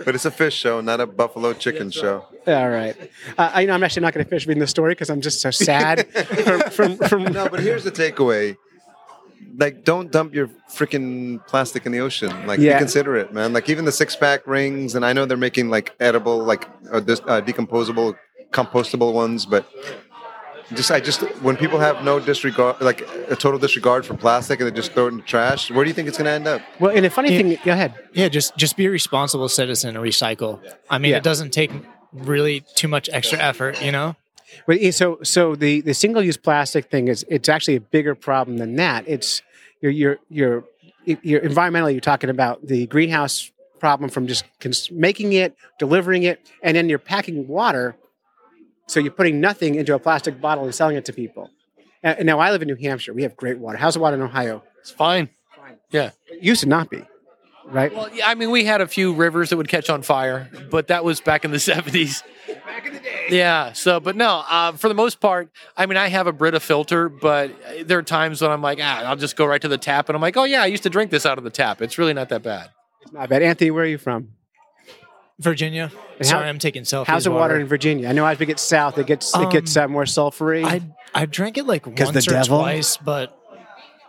S8: But it's a fish show, not a buffalo chicken show.
S1: All right. Uh, I, you know, I'm actually not going to finish reading the story because I'm just so sad. from, from, from,
S8: no, but here's the takeaway. Like, don't dump your freaking plastic in the ocean. Like,
S1: Yeah.
S8: reconsider it, man. Like, even the six pack rings, and I know they're making like edible, like uh, dis- uh, decomposable, compostable ones, but just I just when people have no disregard, like a total disregard for plastic, and they just throw it in the trash. Where do you think it's gonna end up?
S1: Well, and the funny thing, go ahead.
S13: Yeah, just just be a responsible citizen and recycle. I mean,
S1: Yeah.
S13: it doesn't take really too much extra effort, you know.
S1: But yeah, so so the the single use plastic thing is it's actually a bigger problem than that. It's you're you're you're, you're environmentally you're talking about the greenhouse problem from just cons- making it, delivering it, and then you're packing water. So you're putting nothing into a plastic bottle and selling it to people. And and now I live in New Hampshire. We have great water. How's the water in Ohio?
S14: It's fine. Yeah.
S1: It used to not be, right?
S14: Well, yeah, I mean, we had a few rivers that would catch on fire, but that was back in the 70s. Back in the Yeah. So, but no, uh, for the most part, I mean, I have a Brita filter, but there are times when I'm like, ah, I'll just go right to the tap, and I'm like, oh yeah, I used to drink this out of the tap. It's really not that bad.
S1: It's not bad. Anthony, where are you from?
S13: Virginia.
S1: And
S13: Sorry,
S1: how-
S13: I'm taking selfies.
S1: How's the water, in Virginia? I know as we get south, it gets it gets uh, more sulfury. I
S13: Um, I drank it like
S1: 'Cause
S13: once
S1: the
S13: or
S1: devil?
S13: twice, but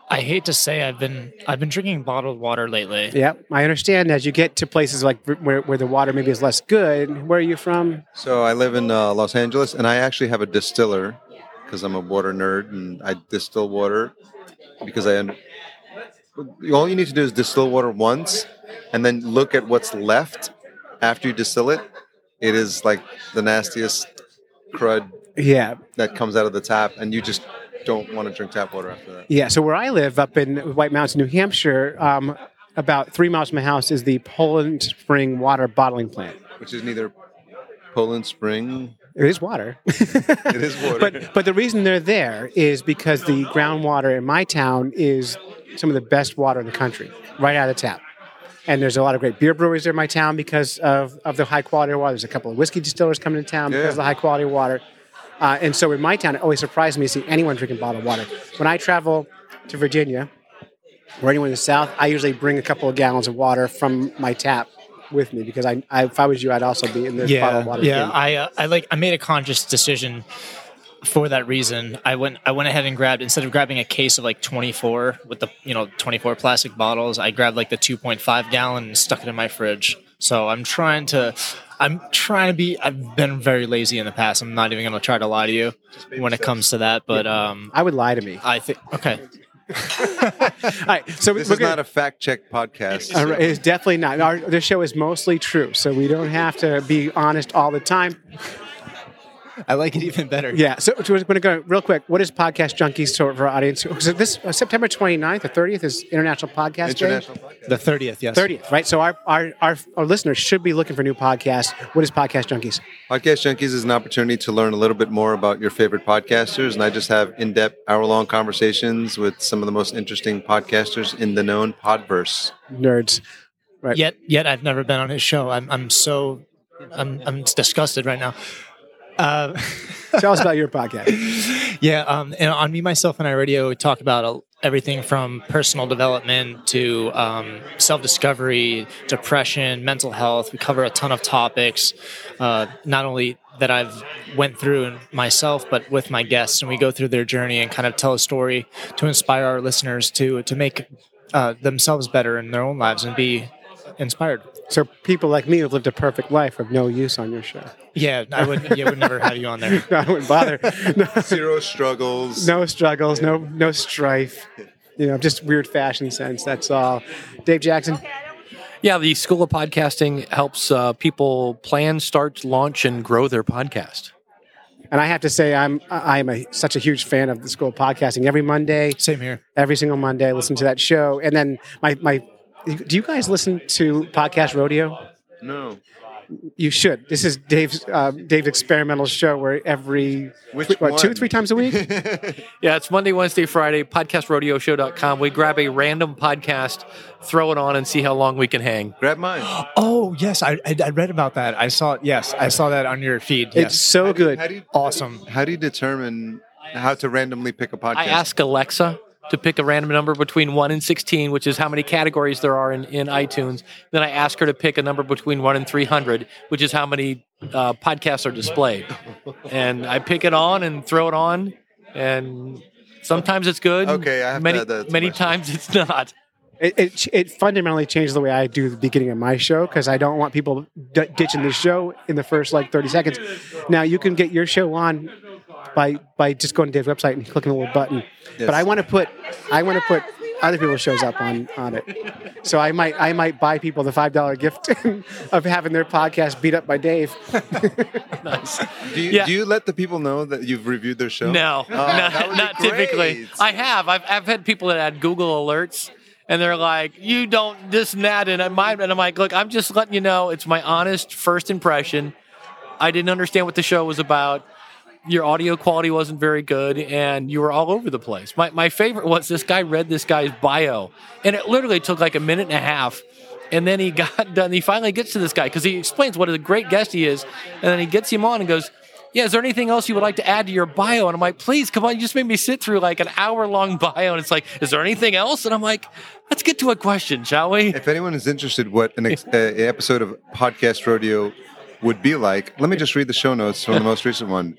S13: I hate to say I've been I've been drinking bottled water lately.
S1: Yep, I understand. As you get to places like v- where, where the water maybe is less good, where are you from?
S8: So I live in uh, Los Angeles, and I actually have a distiller because I'm a water nerd, and I distill water because I. All you need to do is distill water once, and then look at what's left after you distill it. It is like the nastiest crud
S1: Yeah,
S8: that comes out of the tap, and you just don't want to drink tap water after that.
S1: yeah. So where I live up in White Mountains, New Hampshire, um, about three miles from my house is the Poland Spring Water Bottling Plant.
S8: Which is neither Poland Spring.
S1: It is water.
S8: It is water.
S1: but but the reason they're there is because the groundwater in my town is some of the best water in the country, right out of the tap. And there's a lot of great beer breweries in my town because of, of the high quality water. There's a couple of whiskey distillers coming to town because of the high quality water. Uh, and so in my town, it always surprised me to see anyone drinking bottled water. When I travel to Virginia or anywhere in the South, I usually bring a couple of gallons of water from my tap with me because I, I if I was you, I'd also be in the
S13: yeah,
S1: bottled water.
S13: yeah.
S1: game.
S13: I uh, I like I made a conscious decision for that reason. I went I went ahead and grabbed instead of grabbing a case of like 24 with the you know 24 plastic bottles, I grabbed like the 2.5 gallon and stuck it in my fridge. So I'm trying to I'm trying to be I've been very lazy in the past. I'm not even going to try to lie to you when it comes to that, but um
S1: I would lie to me.
S13: I think okay.
S1: All right, so
S8: this
S1: we're
S8: is
S1: gonna-
S8: not a fact check podcast.
S1: All Uh, right, it's definitely not. Our, this show is mostly true, so we don't have to be honest all the time.
S13: I like it even better.
S1: Yeah, so we're going to go real quick. What is Podcast Junkies so for our audience? So this uh, September 29th or 30th is International Podcast
S8: International
S1: Day.
S13: The 30th, yes.
S1: 30th, right? So our, our, our, our listeners should be looking for new podcasts. What is Podcast Junkies?
S8: Podcast Junkies is an opportunity to learn a little bit more about your favorite podcasters, and I just have in-depth, hour-long conversations with some of the most interesting podcasters in the known podverse.
S1: Nerds. Right.
S13: Yet, yet I've never been on his show. I'm, I'm so, I'm, I'm disgusted right now. Uh,
S1: Tell us about your podcast.
S13: yeah, um, and on me, myself, and I radio we talk about uh, everything from personal development to um, self-discovery, depression, mental health. We cover a ton of topics, uh, not only that I've went through and myself, but with my guests, and we go through their journey and kind of tell a story to inspire our listeners to to make uh, themselves better in their own lives and be inspired.
S1: So people like me who've lived a perfect life have no use on your show.
S13: Yeah, I would. Yeah, would never have you on there.
S1: No, I wouldn't bother.
S8: Zero struggles.
S1: No struggles. No no strife. You know, just weird fashion sense. That's all. Dave Jackson.
S14: Yeah, the School of Podcasting helps uh, people plan, start, launch, and grow their podcast.
S1: And I have to say, I'm I am a, such a huge fan of the School of Podcasting. Every Monday,
S13: same here.
S1: Every single Monday, I listen to that show. And then my my, do you guys listen to Podcast Rodeo?
S8: No.
S1: You should. This is Dave's uh, Dave's experimental show where every
S14: Which
S1: what, two
S14: one?
S1: three times a week.
S14: Yeah, it's Monday, Wednesday, Friday, podcastrodeoshow.com. We grab a random podcast, throw it on, and see how long we can hang.
S8: Grab mine.
S13: Oh yes, I, I I read about that. I saw it. Yes, I saw that on your feed.
S8: It's
S1: so good.
S13: awesome.
S8: How do you determine how to randomly pick a podcast?
S14: I ask Alexa to pick a random number between 1 and 16, which is how many categories there are in, in iTunes. Then I ask her to pick a number between 1 and 300, which is how many uh, podcasts are displayed. And I pick it on and throw it on, and sometimes it's good. Okay, I have many, Many times it's not.
S1: It, it, it fundamentally changed the way I do the beginning of my show because I don't want people d- ditching the show in the first like 30 seconds. Now you can get your show on by by just going to Dave's website and clicking the little button. But I want to put I want to put other people's shows up on on it. So I might I might buy people the five dollar gift of having their podcast beat up by Dave.
S8: Do you, do you let the people know that you've reviewed their show?
S14: No,
S8: Oh, that
S14: not,
S8: would
S14: not
S8: be
S14: typically.
S8: great.
S14: I have. I've, I've had people that had Google alerts and they're like, you don't this and that. And, I might, and I'm like, look, I'm just letting you know it's my honest first impression. I didn't understand what the show was about. Your audio quality wasn't very good and you were all over the place. My, my favorite was this guy read this guy's bio and it literally took like a minute and a half. And then he got done. He finally gets to this guy because he explains what a great guest he is. And then he gets him on and goes, yeah, is there anything else you would like to add to your bio? And I'm like, please, come on. You just made me sit through like an hour long bio. And it's like, is there anything else? And I'm like, let's get to a question, shall we?
S8: If anyone is interested, what an ex- uh, episode of Podcast Rodeo would be like, let me just read the show notes from the most recent one.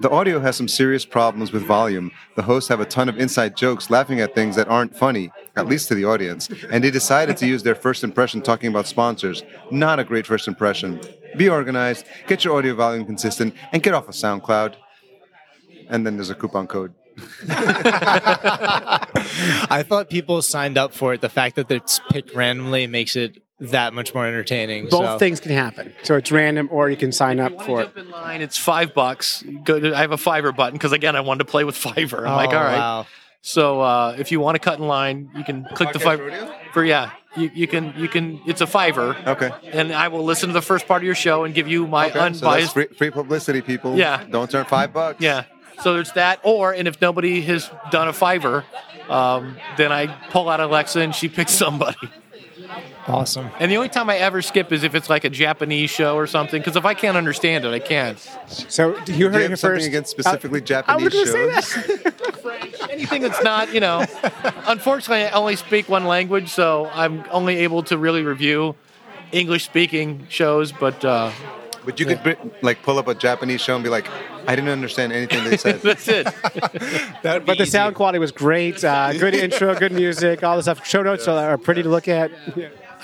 S8: The audio has some serious problems with volume. The hosts have a ton of inside jokes laughing at things that aren't funny, at least to the audience. And they decided to use their first impression talking about sponsors. Not a great first impression. Be organized, get your audio volume consistent, and get off of SoundCloud. And then there's a coupon code.
S13: I thought people signed up for it. The fact that it's picked randomly makes it that much more entertaining.
S1: Both
S13: so.
S1: things can happen. So it's random, or you can sign up for it.
S14: Line, it's five bucks. Go to, I have a Fiverr button because again, I wanted to play with Fiverr. I'm like,
S13: Oh,
S14: all right.
S13: wow.
S14: So uh, if you want to cut in line, you can click the
S13: Podcast
S14: Fiverr. For yeah, you, you can you can. It's a Fiverr.
S8: Okay.
S14: And I will listen to the first part of your show and give you my
S8: Okay,
S14: unbiased.
S8: so that's free, free publicity, people.
S14: Yeah.
S8: Don't turn five bucks.
S14: Yeah. So there's that. Or and if nobody has done a Fiverr, um, then I pull out Alexa and she picks somebody.
S13: Awesome.
S14: And the only time I ever skip is if it's like a Japanese show or something, because if I can't understand it, I can't.
S1: So you
S8: Do you have something against specifically Japanese shows?
S14: Anything that's not, you know. unfortunately, I only speak one language, so I'm only able to really review English-speaking shows. But uh,
S8: But you could br- like pull up a Japanese show and be like, I didn't understand anything they said.
S14: That's it.
S1: but the sound quality was great. Uh, good intro, good music, all the stuff. Show notes are pretty to look at.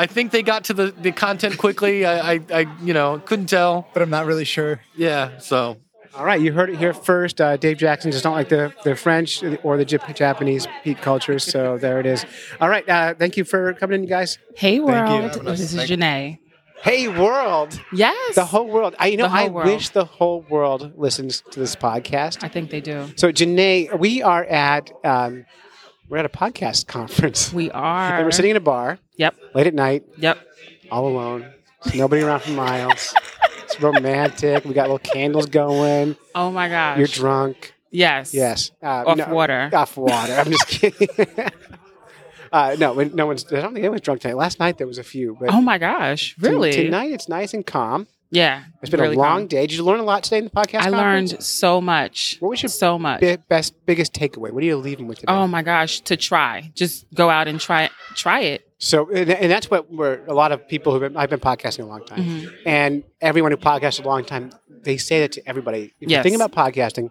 S14: I think they got to the, the content quickly. I, I, I, you know, couldn't tell.
S13: But I'm not really sure.
S14: Yeah. So
S1: All right, you heard it here first. Uh, Dave Jackson just don't like the, the French or the Jap- Japanese peak cultures, so there it is. All right, uh, thank you for coming in, you guys.
S15: Hey world, this is Janae.
S1: Hey world.
S15: Yes.
S1: The whole world. I you know
S15: The whole
S1: I
S15: world.
S1: wish the whole world listens to this podcast. I
S15: think they do.
S1: So Janae, we are at um, we're at a podcast conference.
S15: We are.
S1: And we're sitting in a bar.
S15: Yep.
S1: Late at night.
S15: Yep.
S1: All alone. There's nobody around for miles. it's romantic. We got little candles going.
S15: Oh my gosh.
S1: You're drunk.
S15: Yes.
S1: Yes. Uh,
S15: Off water.
S1: Off water. I'm just kidding. uh, no, when- no one's. I don't think anyone's drunk tonight. Last night there was a few. But
S15: Oh my gosh.
S1: to-
S15: Really?
S1: tonight it's nice and calm.
S15: Yeah.
S1: It's been
S15: really
S1: a long
S15: calm.
S1: day. Did you learn a lot today in the podcast?
S15: I learned so much.
S1: What was your
S15: so much
S1: best biggest takeaway? What are you leaving with today?
S15: Oh my gosh, to try. Just go out and try try it.
S1: So, and, and that's what we're a lot of people who've been, I've been podcasting a long time,
S15: Mhm.
S1: and everyone who podcasts a long time, they say that to everybody.
S15: Yes.
S1: If you're thinking about podcasting,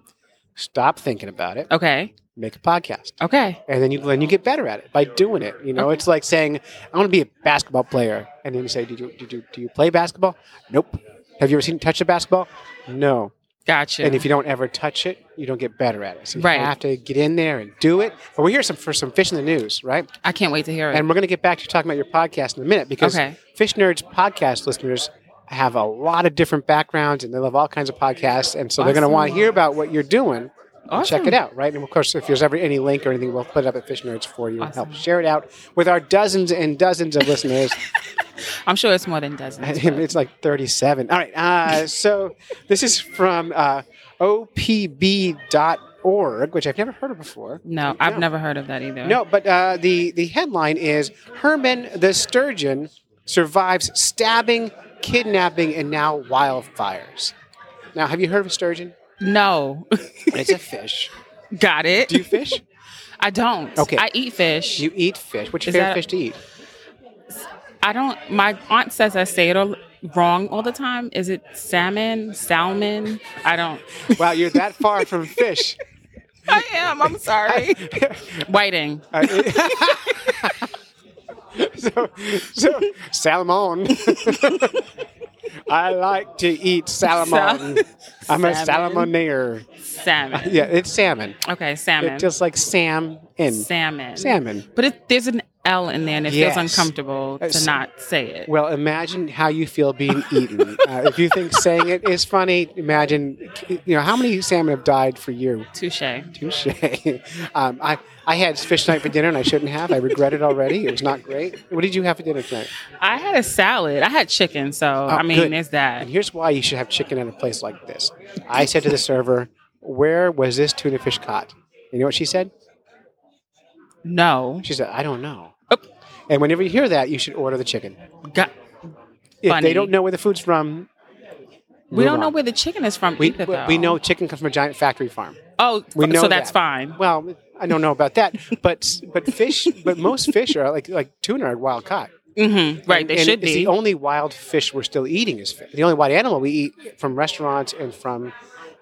S1: stop thinking about it.
S15: Okay.
S1: Make a podcast.
S15: Okay.
S1: And then you then you get better at it by doing it. You know, it's like saying, I want to be a basketball player, and then you say, Do you do you, do you play basketball? Nope. Have you ever seen touch a basketball? No.
S15: Gotcha.
S1: And if you don't ever touch it, you don't get better at it. So you
S15: Right.
S1: have to get in there and do it. But we're here some for some fish in the news, right?
S15: I can't wait to hear it.
S1: And we're going to get back to talking about your podcast in a minute because
S15: Okay.
S1: Fish Nerds podcast listeners have a lot of different backgrounds and they love all kinds of podcasts. And so they're going to
S15: Awesome.
S1: want to hear about what you're doing. and Check
S15: Awesome.
S1: it out, right? And of course, if there's ever any link or anything, we'll put it up at Fish Nerds for you and help share it out with our dozens and dozens of listeners.
S15: I'm sure it's more than dozens. but-
S1: it's like 37. All right. Uh, so this is from uh, opb.org, E which I've never heard of before.
S15: no, I've never heard of that either.
S1: No, but uh, the the headline is Herman the sturgeon survives stabbing, kidnapping, and now wildfires. Now, have you heard of a sturgeon?
S15: No.
S1: It's a fish.
S15: Got it. Do
S1: you fish?
S15: I don't.
S1: Okay.
S15: I eat fish.
S1: You eat fish. What's your
S15: Is
S1: favorite
S15: that-
S1: fish to eat?
S15: I don't. My aunt says I say it all, wrong all the time. Is it salmon? Salmon? I don't.
S1: Wow, you're that far from fish.
S15: I am. I'm sorry. Whiting.
S1: Uh, So, salmon. I like to eat salmon. I'm a
S15: Salmon.
S1: salmoneer.
S15: salmon.
S1: Yeah, it's salmon.
S15: Okay, salmon.
S1: It just like Sam in
S15: salmon.
S1: Salmon.
S15: But it, there's an L in there, and it
S1: Yes.
S15: feels uncomfortable
S1: Uh,
S15: to
S1: s-
S15: not say it.
S1: Well, imagine how you feel being eaten. uh, if you think saying it is funny, imagine, you know, how many salmon have died for you?
S15: Touche.
S1: Touche. Um, I, I had fish night for dinner and I shouldn't have. I regret it already. It was not great. What did you have for dinner tonight?
S15: I had a salad. I had chicken, so I mean,
S1: Oh, good.
S15: there's that.
S1: And here's why you should have chicken at a place like this. I said to the server, Where was this tuna fish caught? You know what she said?
S15: No. Oh.
S1: She said, I don't know. And whenever you hear that, you should order the chicken.
S15: Got-
S1: if
S15: Funny.
S1: they don't know where the food's from,
S15: We
S1: Move
S15: don't know
S1: on.
S15: where the chicken is from
S1: We,
S15: either,
S1: we-
S15: though.
S1: we know chicken comes from a giant factory farm.
S15: Oh,
S1: we know
S15: so that's
S1: that. Um,
S15: fine.
S1: Well, I don't know about that, but but fish, but most fish are like like tuna are wild caught.
S15: Mm-hmm. Right,
S1: And-
S15: they
S1: and
S15: should be.
S1: it's The only wild fish we're still eating is fish. The only wild animal we eat from restaurants and from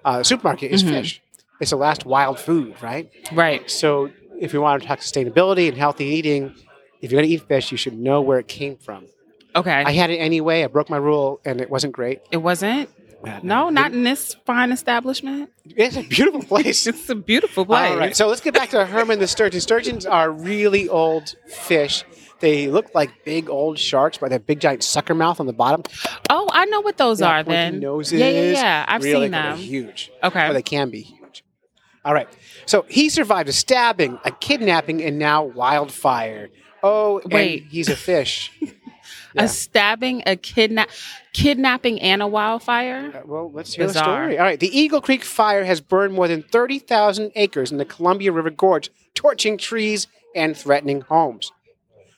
S1: uh, supermarket is
S15: Mhm.
S1: fish. It's the last wild food, right?
S15: Right.
S1: So if we want to talk sustainability and healthy eating, if you're going to eat fish, you should know where it came from.
S15: Okay.
S1: I had it anyway. I broke my rule, and it wasn't great.
S15: It wasn't. no, not in this fine establishment.
S1: It's a beautiful place.
S15: it's a beautiful place.
S1: All right. So let's get back to Herman the sturgeon. Sturgeons are really old fish. They look like big old sharks, but they have big giant sucker mouth on the bottom.
S15: oh, I know what those
S1: Yeah,
S15: are.
S1: pointy
S15: Then
S1: noses.
S15: Yeah, yeah, yeah. I've
S1: really
S15: seen
S1: kind of
S15: them.
S1: Huge.
S15: Okay.
S1: Or they can be huge. All right. So he survived a stabbing, a kidnapping, and now wildfire. Oh, and
S15: Wait.
S1: he's a fish.
S15: A stabbing, a kidnap, kidnapping, and a wildfire.
S1: Uh, well, let's Here's the story. All right. The Eagle Creek fire has burned more than 30,000 acres in the Columbia River Gorge, torching trees and threatening homes.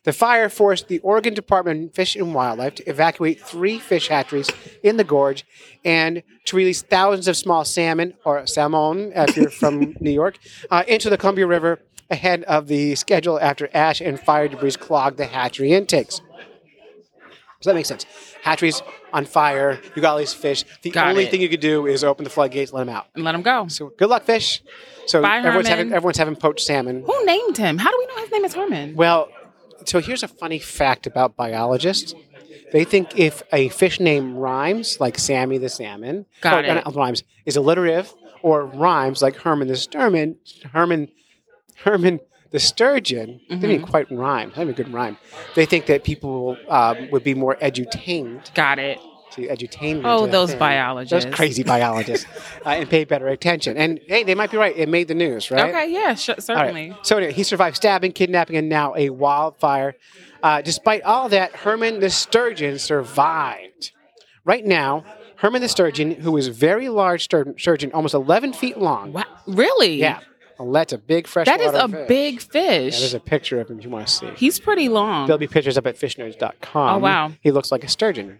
S1: The fire forced the Oregon Department of Fish and Wildlife to evacuate three fish hatcheries in the gorge and to release thousands of small salmon, or salmon if you're from New York, uh, into the Columbia River ahead of the schedule after ash and fire debris clogged the hatchery intakes. So that makes sense. Hatcheries on fire. You got all these fish. The
S15: Got
S1: only
S15: it.
S1: thing you could do is open the floodgates, let them out,
S15: and let them go.
S1: So good luck, fish. So
S15: Bye, Herman.
S1: everyone's having everyone's having poached salmon.
S15: Who named him? How do we know his name is Herman?
S1: Well, so here's a funny fact about biologists. They think if a fish name rhymes, like Sammy the salmon,
S15: Got
S1: or,
S15: it.
S1: not rhymes is alliterative, or rhymes like Herman the Sturman, Herman, Herman the sturgeon. They didn't
S15: Mhm.
S1: quite rhyme. Not even a good rhyme. They think that people um, would be more edutained.
S15: Got it.
S1: To edutainment.
S15: Oh,
S1: to
S15: those
S1: thing.
S15: biologists.
S1: Those crazy biologists, uh, and pay better attention. And hey, they might be right. It made the news, right?
S15: Okay, yeah, sh-
S1: All right.
S15: certainly.
S1: So anyway, he survived stabbing, kidnapping, and now a wildfire. Uh, despite all that, Herman the Sturgeon survived. Right now, Herman the Sturgeon, who is a very large stur- sturgeon, almost 11 feet long. Wow.
S15: Really?
S1: Yeah. Well, that's a big
S15: That
S1: freshwater
S15: is a
S1: fish.
S15: big
S1: Yeah,
S15: fish.
S1: there's a picture of him if you want to see.
S15: He's pretty long.
S1: There'll be pictures up at fishnerds.com.
S15: Oh, wow.
S1: He looks like a sturgeon.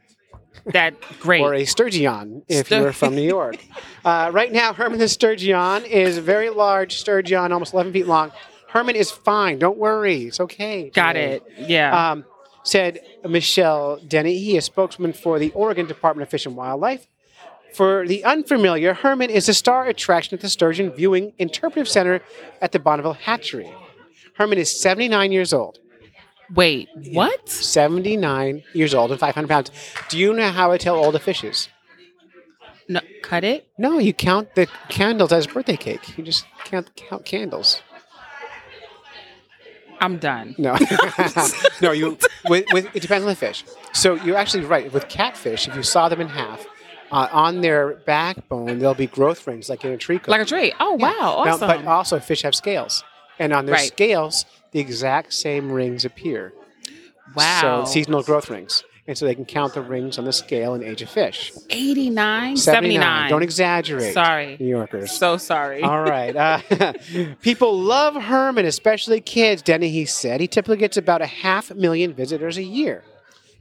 S15: That great.
S1: Or a sturgeon if
S15: Stur-
S1: you're from New York. Uh, right now, Herman the sturgeon is a very large sturgeon, almost 11 feet long. Herman is fine. Don't worry. It's okay.
S15: Got
S1: Dave.
S15: it. Yeah.
S1: Um, said Michelle Denny. He is spokesman for the Oregon Department of Fish and Wildlife. For the unfamiliar, Herman is a star attraction at the Sturgeon Viewing Interpretive Center at the Bonneville Hatchery. Herman is 79 years old.
S15: Wait, what?
S1: 79 years old and 500 pounds. Do you know how I tell all the fishes?
S15: No, cut it?
S1: No, you count the candles as birthday cake. You just count, count candles.
S15: I'm done.
S1: No, no. You with, with it depends on the fish. So you're actually right. With catfish, if you saw them in half, uh, on their backbone there'll be growth rings like in a tree.
S15: Like a tree. Oh, wow. Awesome.
S1: but also fish have scales, and on their
S15: Right.
S1: scales, the exact same rings appear.
S15: Wow.
S1: So seasonal growth rings, and so they can count the rings on the scale and age of fish.
S15: 89? 79.
S1: 79. Don't exaggerate.
S15: Sorry.
S1: New Yorkers.
S15: So sorry.
S1: All right. Uh, people love Herman, especially kids, Dennehy said. He typically gets about a half million visitors a year.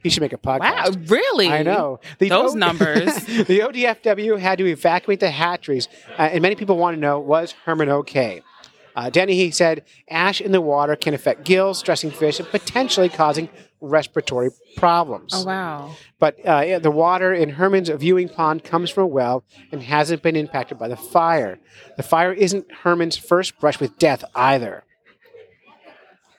S1: He should make a podcast.
S15: Wow, really?
S1: I know.
S15: Those numbers.
S1: the ODFW had to evacuate the hatcheries, uh, and many people want to know was Herman okay? Uh, Dennehy said ash in the water can affect gills, stressing fish, and potentially causing respiratory problems.
S15: Oh, wow.
S1: But uh, yeah, the water in Herman's viewing pond comes from a well and hasn't been impacted by the fire. The fire isn't Herman's first brush with death either.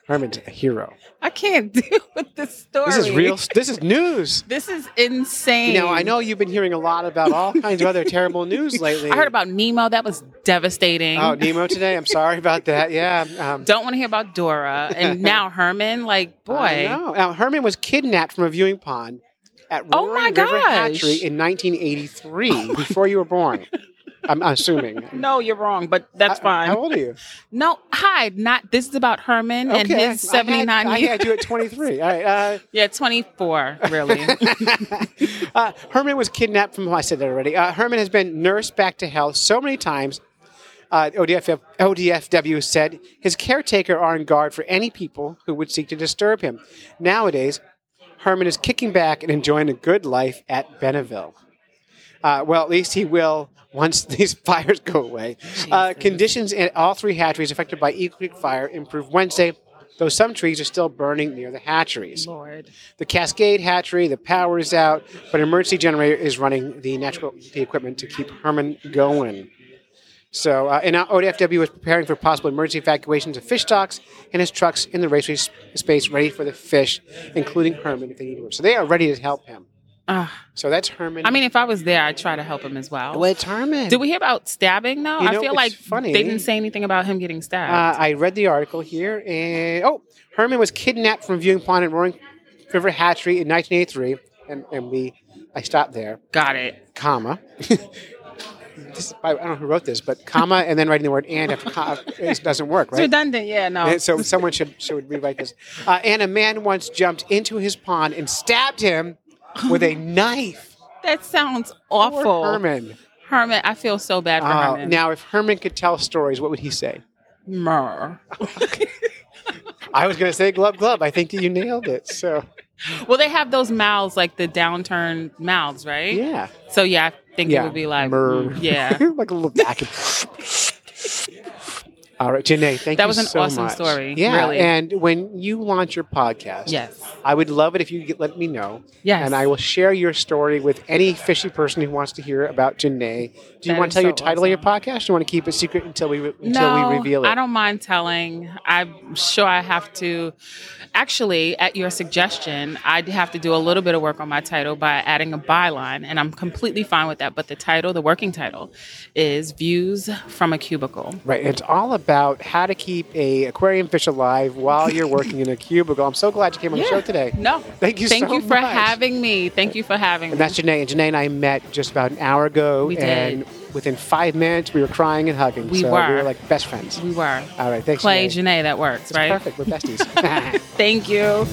S1: Herman's a hero.
S15: I can't deal with this story.
S1: This is real. This is news.
S15: This is insane.
S1: Now I know you've been hearing a lot about all kinds of other terrible news lately.
S15: I heard about Nemo. That was devastating.
S1: oh Nemo today. I'm sorry about that. Yeah. Um,
S15: Don't want to hear about Dora. And now Herman. Like, boy.
S1: No. Now Herman was kidnapped from a viewing pond at
S15: Oh
S1: Roaring
S15: my
S1: River
S15: gosh.
S1: Hatchery in 1983, before you were born. I'm assuming.
S15: No, you're wrong, but that's fine.
S1: How old are you?
S15: No, hi, not this is about Herman and
S1: Okay,
S15: his
S1: I had-
S15: 79
S1: I
S15: years.
S1: had you at 23. All right. Uh,
S15: yeah, 24, really.
S1: uh, Herman was kidnapped from, I said that already. Uh, Herman has been nursed back to health so many times. Uh, ODF, ODFW said his caretaker are on guard for any people who would seek to disturb him. Nowadays, Herman is kicking back and enjoying a good life at Benneville. Uh, well, at least he will once these fires go away. Uh, conditions in all three hatcheries affected by Eagle Creek fire improved Wednesday, though some trees are still burning near the hatcheries.
S15: Lord.
S1: The Cascade hatchery, the power is out, but an emergency generator is running the natural the equipment to keep Herman going. So, uh, and now ODFW is preparing for possible emergency evacuations of fish stocks and his trucks in the raceway s- space ready for the fish, including Herman if they need him. So they are ready to help him.
S15: Ugh.
S1: So that's Herman.
S15: I mean, if I was there, I'd try to help him as well.
S1: Well, it's Herman.
S15: Did we hear about stabbing though?
S1: You
S15: I
S1: know,
S15: feel
S1: it's
S15: like
S1: funny.
S15: they didn't say anything about him getting
S1: uh,
S15: stabbed.
S1: I read the article here, and oh, Herman was kidnapped from Viewing Pond at Roaring River Hatchery in 1983, and, and we, I stopped there.
S15: Got it.
S1: Comma. this, I don't know who wrote this, but comma and then writing the word and after comma, it doesn't work,
S15: It's
S1: right?
S15: redundant. Yeah, no.
S1: And So someone should should rewrite this. Uh, and a man once jumped into his pond and stabbed him with a knife.
S15: that sounds
S1: Poor
S15: awful.
S1: Herman.
S15: Herman, I feel so bad for
S1: Uh,
S15: Herman.
S1: now, if Herman could tell stories, what would he say?
S15: Mer.
S1: I was going to say glove glove. I think that you nailed it. So
S15: Well, they have those mouths, like the downturned mouths, right?
S1: Yeah.
S15: So yeah, I think
S1: Yeah,
S15: it would be like
S1: mer.
S15: mm, yeah.
S1: like a little back. And... All right, Janae, thank
S15: That
S1: you
S15: was an
S1: so
S15: awesome
S1: much.
S15: story,
S1: Yeah,
S15: really.
S1: and when you launch your podcast,
S15: Yes.
S1: I would love it if you could let me know.
S15: Yes.
S1: and I will share your story with any fishy person who wants to hear about Janae. Do you
S15: That
S1: want
S15: is
S1: to tell your
S15: so
S1: title of your podcast? Or you want to keep it secret until we re- until
S15: no,
S1: we reveal it?
S15: I don't mind telling. I'm sure I have to. Actually, at your suggestion, I'd have to do a little bit of work on my title by adding a byline, and I'm completely fine with that. But the title, the working title, is Views from a Cubicle.
S1: Right, it's all about how to keep a aquarium fish alive while you're working in a cubicle. I'm so glad you came on the show today.
S15: No.
S1: Thank you
S15: Thank
S1: so
S15: you for
S1: much.
S15: having me. Thank you for having me.
S1: And that's Janae. And Janae and I met just about an hour ago.
S15: We did.
S1: and within five minutes, we were crying and hugging.
S15: We
S1: so We
S15: were.
S1: were like best friends.
S15: We were.
S1: All right, thanks,
S15: Clay
S1: Janae.
S15: Janae, that works, right?
S1: Perfect. We're besties.
S15: Thank you.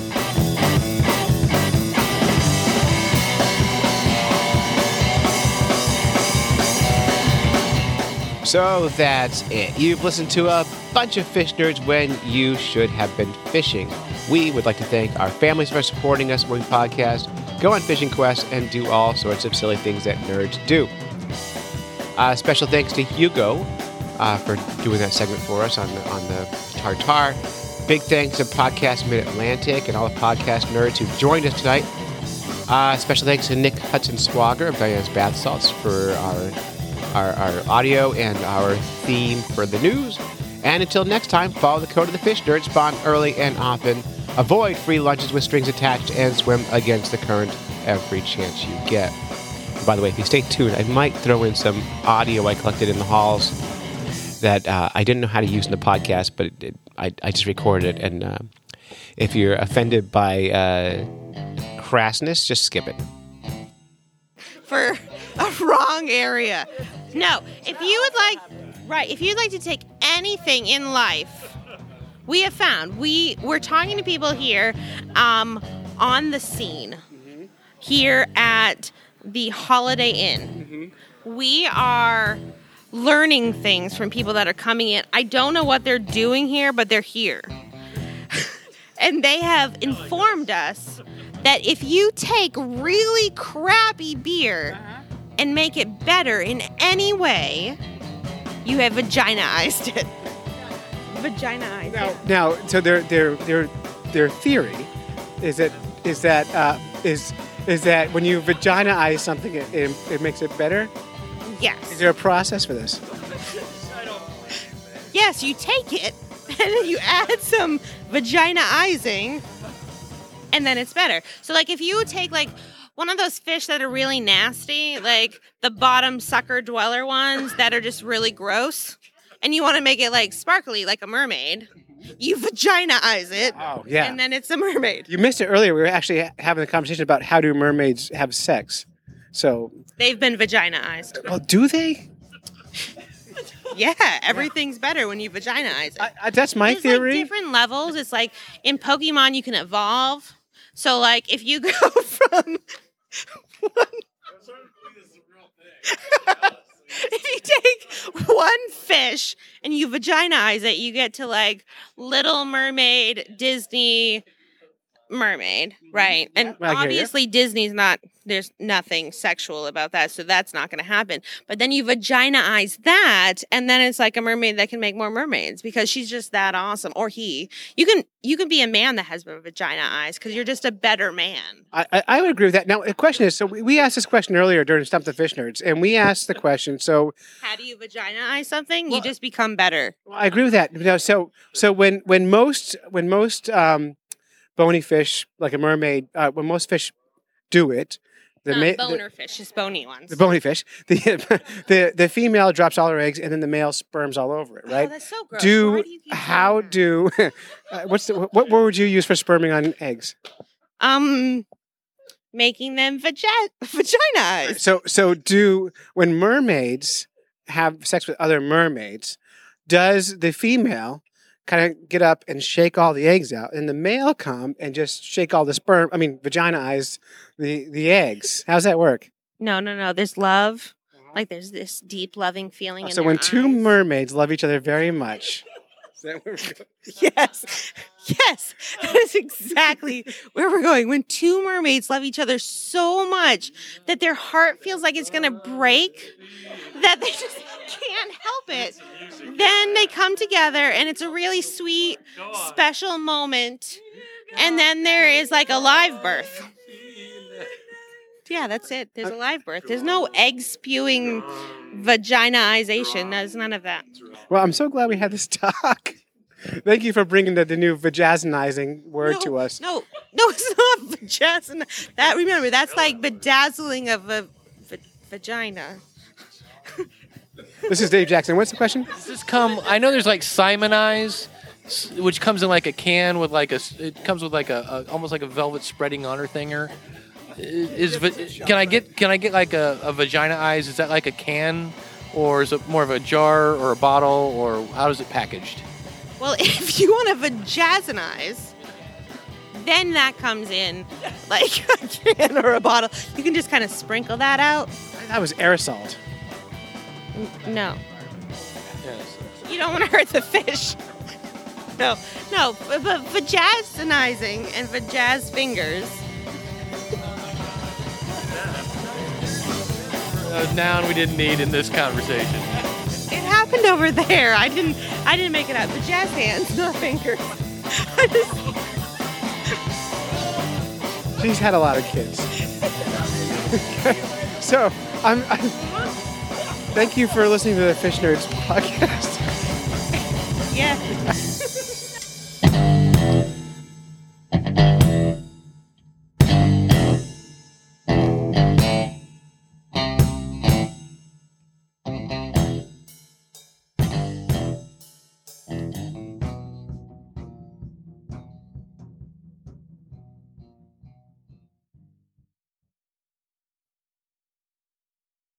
S9: So that's it. You've listened to a bunch of fish nerds when you should have been fishing. We would like to thank our families for supporting us when we podcast, go on fishing quests, and do all sorts of silly things that nerds do. Uh, special thanks to Hugo uh, for doing that segment for us on the, on the Tartar. Big thanks to Podcast Mid Atlantic and all the podcast nerds who joined us tonight. Uh, special thanks to Nick Hudson Swager of Diane's Bath Salts for our, our, our audio and our theme for the news. And until next time, follow the code of the fish nerds, spawn early and often. Avoid free lunches with strings attached and swim against the current every chance you get. By the way, if you stay tuned, I might throw in some audio I collected in the halls that uh, I didn't know how to use in the podcast, but it, it, I, I just recorded it. And uh, if you're offended by uh, crassness, just skip it.
S2: for a wrong area. No, if you would like, right, if you'd like to take anything in life, we have found we we're talking to people here um, on the scene here at the Holiday Inn. We are learning things from people that are coming in. I don't know what they're doing here, but they're here. and they have informed us that if you take really crappy beer and make it better in any way, you have vaginaized it. Vaginaized. it.
S1: Now, so their their their their theory is that is that uh, is is that when you vaginaize something, it, it, it makes it better.
S2: Yes.
S1: Is there a process for this?
S2: Yes, you take it and then you add some vaginaizing and then it's better. So like if you take like one of those fish that are really nasty, like the bottom sucker dweller ones that are just really gross, and you want to make it like sparkly like a mermaid, you vaginaize it. Oh,
S1: yeah.
S2: And then it's a mermaid.
S1: You missed it earlier. We were actually ha- having a conversation about how do mermaids have sex. So,
S2: They've been vaginaized.
S1: well, Oh, do they?
S2: Yeah, everything's better when you vaginaize it.
S1: Uh, that's my
S2: There's,
S1: theory.
S2: Like different levels. It's like in Pokemon you can evolve. So like if you go from one- if you take one fish and you vaginize it, you get to like Little Mermaid, Disney, mermaid,
S1: Mm-hmm.
S2: right? And
S16: Well, I hear ya.
S2: obviously Disney's not there's nothing sexual about that, so that's not going to happen. But then you vaginize that, and then it's like a mermaid that can make more mermaids because she's just that awesome, or he. You can you can be a man that has vagina eyes because you're just a better man.
S1: I, I- I would agree with that. Now, the question is so we, we asked this question earlier during Stump the Fish Nerds, and we asked the question. So
S2: How do you vaginize something? You just become better.
S1: I agree with that. You know, so so when when most when most um, bony fish, like a mermaid, uh, when most fish do it, the,
S2: Not
S1: ma- the-
S2: boner fish, just bony ones.
S1: the bony fish, the, the the female drops all her eggs, and then the male sperms all over it. Right?
S2: Oh, that's so gross.
S1: Do, how do uh, what's the, what word would you use for sperming on eggs?
S2: Um, making them vagi- vaginized.
S1: So so do when mermaids have sex with other mermaids, does the female kind of get up and shake all the eggs out, and the male come and just shake all the sperm? I mean, vaginize the the eggs. How's that work?
S2: No, no, no. There's love. Like there's this deep loving feeling. in
S1: Oh, So
S2: their
S1: when
S2: eye.
S1: two mermaids love each other very much,
S2: yes, yes, that is exactly where we're going. When two mermaids love each other so much that their heart feels like it's gonna break, that they just can't help it. Then they come together, and it's a really sweet, special moment. And then there is like a live birth. Yeah, that's it. There's a live birth. There's no egg spewing vaginization. There's none of that.
S1: well, I'm so glad we had this talk. Thank you for bringing the, the new vajazinizing word to us.
S2: No, no, it's not vagina. That remember, that's like bedazzling of a va- vagina.
S1: This is Dave Jackson. What's the question?
S14: Does this come? I know there's like Simon Eyes, s- which comes in like a can with like a. s- It comes with like a, a almost like a velvet spreading honor thinger. I- Is va- can I get can I get like a, a vagina eyes? Is that like a can, or is it more of a jar or a bottle, or how is it packaged?
S2: Well, if you want to vaginize, then that comes in like a can or a bottle. You can just kind of sprinkle that out.
S1: That was aerosol.
S2: N- No, you don't want to hurt the fish. No, no, but, but vajazinizing and vajaz fingers.
S14: A noun we didn't need in this conversation.
S2: It happened over there. I didn't. I didn't make it up. But jazz hands, not fingers. I just-
S1: She's had a lot of kids. so, I'm, i thank you for listening to the Fish Nerds podcast.
S2: yeah.